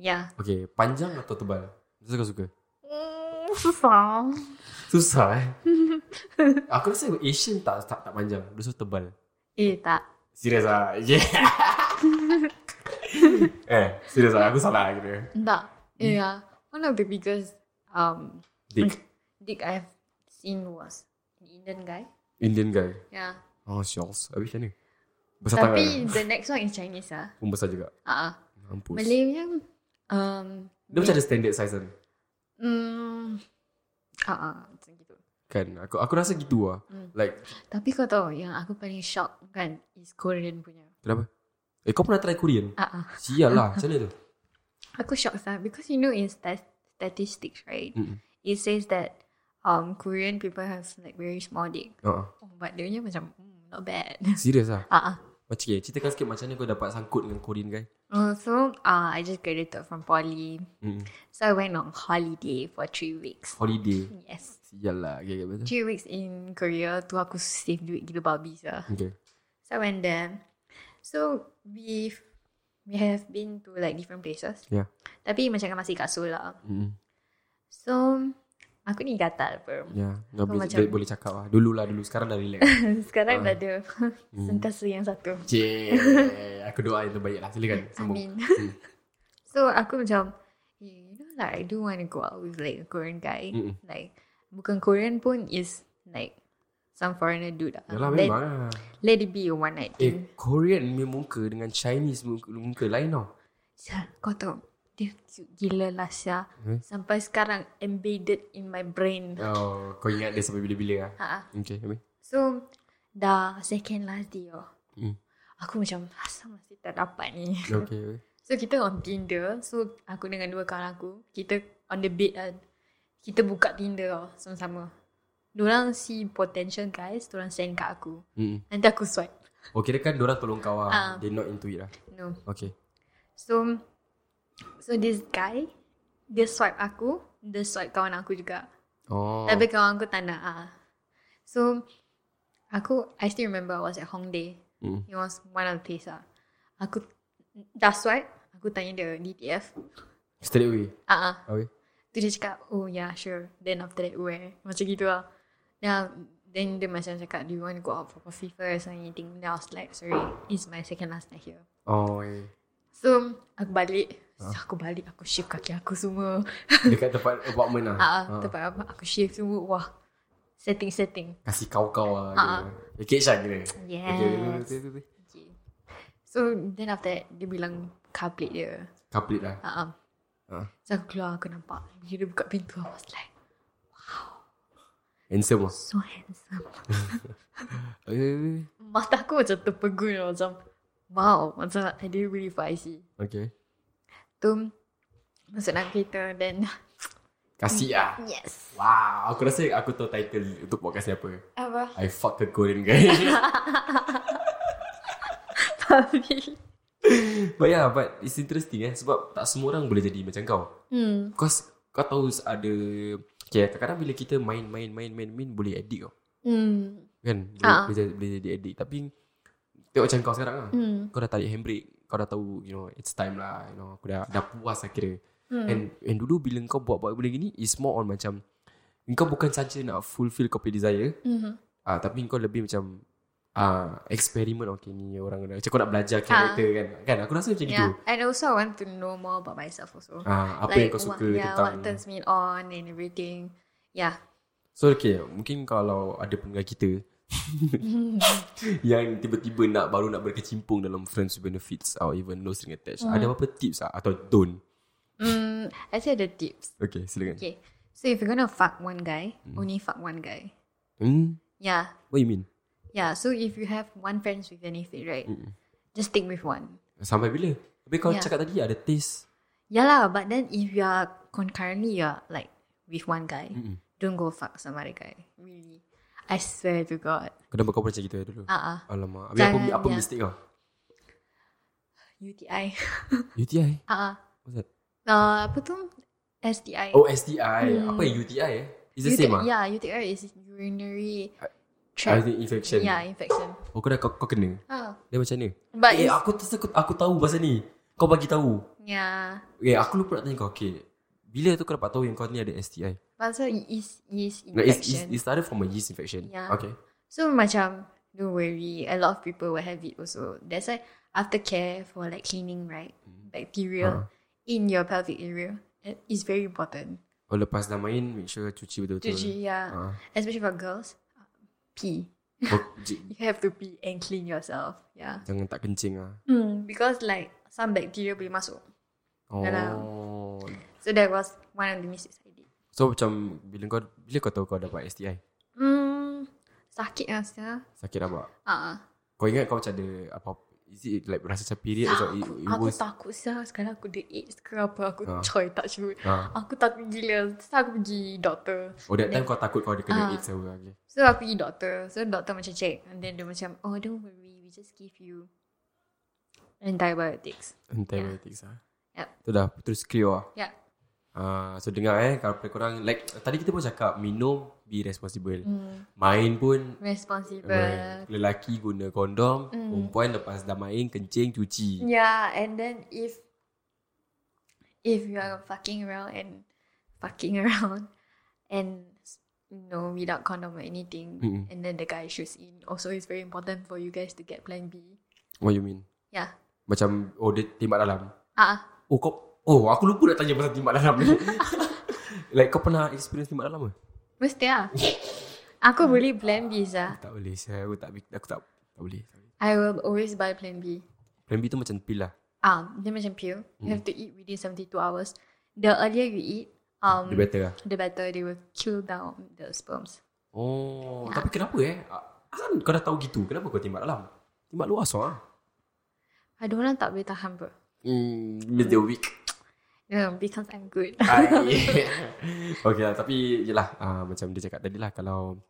Yeah
Okay, panjang atau tebal? Macam kau suka?
Mm, Susah
Susah eh Aku rasa Asian tak tak, tak panjang Dia so tebal
Eh tak
Serius lah Yeah ah, eh, serius lah. Aku salah kira.
Tak. Yeah. One of the biggest um
Dick.
dick I've seen was an Indian guy.
Indian guy.
Yeah.
Oh, syols. Habis macam mana? Besar tangan.
Tapi the next one is Chinese ah.
Pun besar juga.
Ah. Uh-uh.
Mampus.
Malay punya um
Dia macam ada standard size kan?
Hmm. Ah, uh-uh, macam gitu.
Kan? Aku aku rasa gitu lah.
Hmm.
Like,
Tapi kau tahu yang aku paling shock kan is Korean punya.
kenapa? Eh, kau pernah try Korean?
Ah, uh-uh.
Sial lah. Macam mana tu?
aku shock sah because you know in stat- statistics right,
Mm-mm.
it says that um Korean people have like very small dick.
Uh-uh.
Oh, but dia punya macam mm, not bad.
Serius lah.
Ah, uh-uh.
Macam okay, ceritakan sikit macam mana kau dapat sangkut dengan Korean guy.
Uh, so uh, I just graduated from poly.
Mm.
So I went on holiday for three weeks.
Holiday.
Yes.
Sial lah. Okay, okay, betul.
Three weeks in Korea tu aku save duit gila babi sah.
Okay.
So I went there. So we we have been to like different places.
Yeah.
Tapi macam kan masih kat Seoul lah.
Mm.
So aku ni gatal apa.
Ya, yeah, boleh,
macam-
boleh, boleh cakap lah. Dulu lah dulu. Sekarang dah relax. Ah.
Sekarang dah ada
Hmm.
sentiasa yang satu.
Cik, aku doa yang terbaik lah. Silakan, sambung. Hmm.
Amin. so aku macam eh, you know like I do want to go out with like a Korean guy.
Mm-mm.
Like bukan Korean pun is like some foreigner dude lah.
Yalah
let,
memang lah.
let it be a one night
Eh,
thing.
Korean punya muka dengan Chinese muka, muka lain tau.
Syah, kau tahu dia cute gila lah Syah.
Hmm?
Sampai sekarang embedded in my brain.
Oh, kau ingat dia sampai bila-bila lah.
Ha.
Okay, habis.
So dah second last day oh.
Hmm.
Aku macam asal masih tak dapat ni.
Okay, okay.
So kita on Tinder. So aku dengan dua kawan aku, kita on the bed kan. Kita buka Tinder oh, sama-sama. Diorang si potential guys, diorang send kat aku.
Mm-mm.
Nanti aku swipe.
Oh, kira kan diorang tolong kau lah.
Ah.
They not into it lah.
No.
Okay.
So So this guy Dia swipe aku Dia swipe kawan aku juga
Oh.
oh. Tapi kawan aku tak nak ah. So Aku I still remember I was at Hongdae
Mm.
It was one of the place ah. Aku Dah swipe Aku tanya dia DTF
Straight away.
Ah, uh
Okay.
Tu dia cakap Oh yeah sure Then after that where Macam gitu lah Then, then dia macam cakap Do you want to go out for coffee first Or anything Then I was like Sorry It's my second last night here
Oh, okay.
So Aku balik so, Aku balik Aku shift kaki aku semua
Dekat tempat apartment lah.
Ah, uh, tempat apa aku shave semua. Wah. Setting setting.
Kasih kau-kau lah.
Ah,
Uh-huh. Okay, Syah kira.
Yes.
Okay, okay, okay, okay, okay.
Okay. So then after that dia bilang car plate dia.
Complete lah.
Ha ah.
Ah.
So aku keluar aku nampak Bila dia buka pintu I was like
Handsome lah.
So handsome
Okay, okay,
Mata aku macam terpegun Macam Wow Macam I didn't believe what I see
Okay.
Tu Masuk dalam kereta Then
Kasih lah.
Yes
Wow, aku rasa aku tahu title untuk podcast ni apa.
Apa
I fuck a Korean guy.
Tapi
but yeah, but it's interesting eh. Sebab tak semua orang boleh jadi macam kau.
Hmm
Because kau tahu ada... Okay, kadang-kadang bila kita main, main, main, main, main, boleh addict tau.
Hmm
Kan? Boleh,
Ah.
boleh, jadi, boleh jadi addict. Tapi, tengok macam kau sekarang lah.
Hmm
Kau dah tarik handbrake. Kau dah tahu, you know, it's time lah. You know, aku dah, dah puas lah kira.
Hmm.
And, and dulu bila kau buat-buat benda gini, it's more on macam... Kau bukan saja nak fulfill kau punya desire.
Mhm.
Ah, tapi kau lebih macam ah eksperimen okay ni orang dah. Macam kau nak belajar
Ah.
karakter kan. Kan aku rasa macam gitu.
Yeah And also I want to know more about myself also
Ah, apa yang kau suka
what, yeah,
tentang
what turns me on and everything. Yeah.
So okay, mungkin kalau ada pendengar kita yang tiba-tiba nak baru nak berkecimpung dalam friends with benefits or even no string attached.
Hmm.
Ada apa tips ah atau don't?
Mm, I say the tips.
Okay, silakan.
Okay. So if you're gonna fuck one guy,
Mm.
only fuck one guy.
Hmm,
Yeah.
what you mean?
Yeah. So if you have one friends with benefit, right?
Mm-mm.
Just stick with one.
Sampai bila? Tapi kau
Yeah.
cakap tadi ada taste.
Yeah lah, but then if you are concurrently you're like with one guy,
Mm-mm.
don't go fuck some other guy. Really. I swear to God.
Kenapa kau macam gitu dulu?
Uh uh
Alamak. Habis apa,
Jangan,
apa
yeah.
mistake kau?
UTI.
UTI?
Uh uh.
What's that?
Uh, apa tu? STI.
Oh, STI.
Hmm.
Apa UTI eh? Is the
UTI
same ah?
Yeah, UTI is urinary
I
tract.
think Ah, infection.
Yeah, infection.
Oh kau dah kau, kau kena.
Oh.
Dia macam mana?
Ya. But
eh
it's,
aku rasa aku, aku tahu pasal ni. Kau bagi tahu.
yeah.
Eh aku lupa nak tanya kau. Okay. Bila tu kau dapat tahu yang kau ni ada STI?
But so it is is
No, it's, it's,
infection. Ya.
it started from a yeast infection.
Yeah.
Okay.
So macam don't worry, a lot of people will have it also. That's why aftercare for like cleaning right
Mm-hmm. Ah. Uh-huh.
bacteria in your pelvic area it is very important.
Oh lepas dah main Make sure cuci betul-betul
Cuci ya. yeah,
Ah.
especially for girls, pee.
Oh, j-
You have to pee and clean yourself. Yeah,
Jangan tak kencing ah.
Hmm, because like some bacteria boleh masuk.
Oh.
Dalam. So that was one of the mistakes I did.
So macam bila kau bila kau tahu kau dapat STI?
Hmm, sakit rasa.
Sakit apa?
Ah,
Kau ingat kau macam ada apa is it like rasa macam period atau it, it
aku
was
takut sah sekarang aku ada AIDS ke apa aku
Ah.
coy tak sure.
ha.
Aku takut gila. So aku pergi doktor.
Oh that time kau takut kau ada
Ah.
kena AIDS sama lagi.
So aku pergi doktor So doktor macam check And then dia macam Oh don't worry We just give you Antibiotics Ya.
Antibiotics ah.
Yup.
Tu dah terus clear ah.
Yeah
Uh, so dengar eh kalau korang like tadi kita pun cakap minum be responsible.
mm,
Main pun
Responsible
Right. Lelaki guna kondom
Mm. Ya.
Perempuan lepas dah main Kencing cuci
Yeah And then if If you are fucking around And Fucking around And You know Without condom or anything
Mm-mm.
And then the guy shoots in Also it's very important For you guys to get plan B
What you mean?
Yeah
Macam Oh dia tembak dalam
Ah, uh,
Oh kau Oh aku lupa nak tanya pasal tembak dalam ni Like kau pernah experience tembak dalam ke?
mesti lah. Aku boleh plan B Zah.
Tak boleh saya Aku tak Aku tak Tak boleh tak boleh.
I will always buy plan B.
Plan B tu macam pil lah
Ah, dia macam pill.
Hmm.
You have to eat within 72 hours. The earlier you eat, um,
Dia better lah
the better they will kill down the sperms.
Oh
Ya.
Tapi kenapa eh Ah, Kan kau dah tahu gitu Kenapa kau tembak dalam? Tembak luar so ah.
Ada orang tak boleh tahan bro.
Hmm, Mr. Week
No, because I'm good.
Okay lah Tapi Yelah uh, Macam dia cakap tadi lah Kalau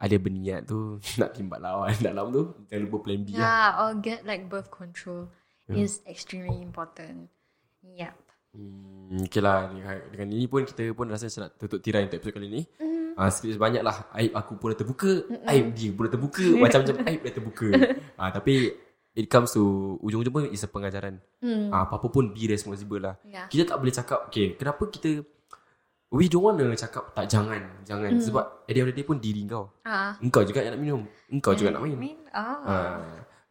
Ada berniat tu Nak timbat lawan Dalam tu Jangan lupa plan B lah
yeah, or get like birth control is extremely important. Yep.
hmm, Okay lah dengan, dengan ini pun Kita pun rasa macam nak Tutup tirai untuk episod kali ni mm. uh, Sikit sebanyak lah Aib aku pun dah terbuka Mm-mm. Aib dia pun dah terbuka Macam-macam aib dah terbuka uh, Tapi It comes to Ujung-ujung pun Is a pengajaran
Hmm.
uh, Apa-apa pun Be responsible lah
Yeah.
Kita tak boleh cakap Okay kenapa kita We don't want cakap Tak jangan Jangan mm. Sebab At the end of the day pun diri kau
Ah.
Engkau juga yang nak minum Engkau juga nak main
Mean, ah.
ha.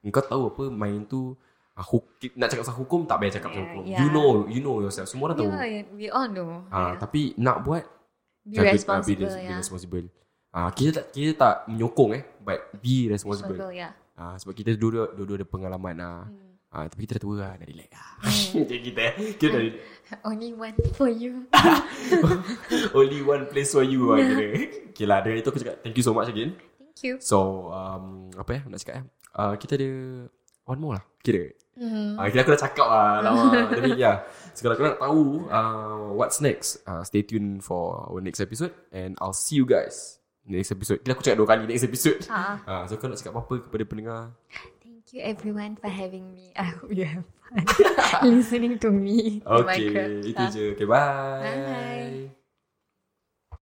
Engkau tahu apa Main tu ah, huk, Nak cakap pasal hukum Tak payah cakap pasal
Yeah,
hukum
yeah.
You know Ya, You know yourself Semua orang tahu yeah,
yeah, we all know.
ha,
yeah.
Tapi nak buat
Be
jaga- ah,
responsible,
be, res- be
yeah.
responsible Ah, kita tak kita tak menyokong eh But be responsible,
Responsible, yeah.
Ah, Sebab kita dua-dua, dua-dua ada pengalaman ah.
Hmm.
Ah, Tapi kita dah tua lah Dah relax lah Macam kita eh Kita dah
Only one for you.
Only one place for you lah kira Okay lah Dengan itu aku cakap Thank you so much again
Thank you.
So um, Apa ya nak cakap eh uh, Kita ada One more lah Kira
Mm.
uh, Kira aku dah cakap lah lama Tapi ya yeah. So kalau korang nak tahu uh, What's next uh, Stay tuned for Our next episode And I'll see you guys Next episode Kira aku cakap dua kali Next episode
Ah.
uh, So kalau nak cakap apa-apa Kepada pendengar
Thank you everyone for having me. I hope you have fun listening to me. in my
Okay
crap.
Itu
Ah.
je Okay bye
Bye.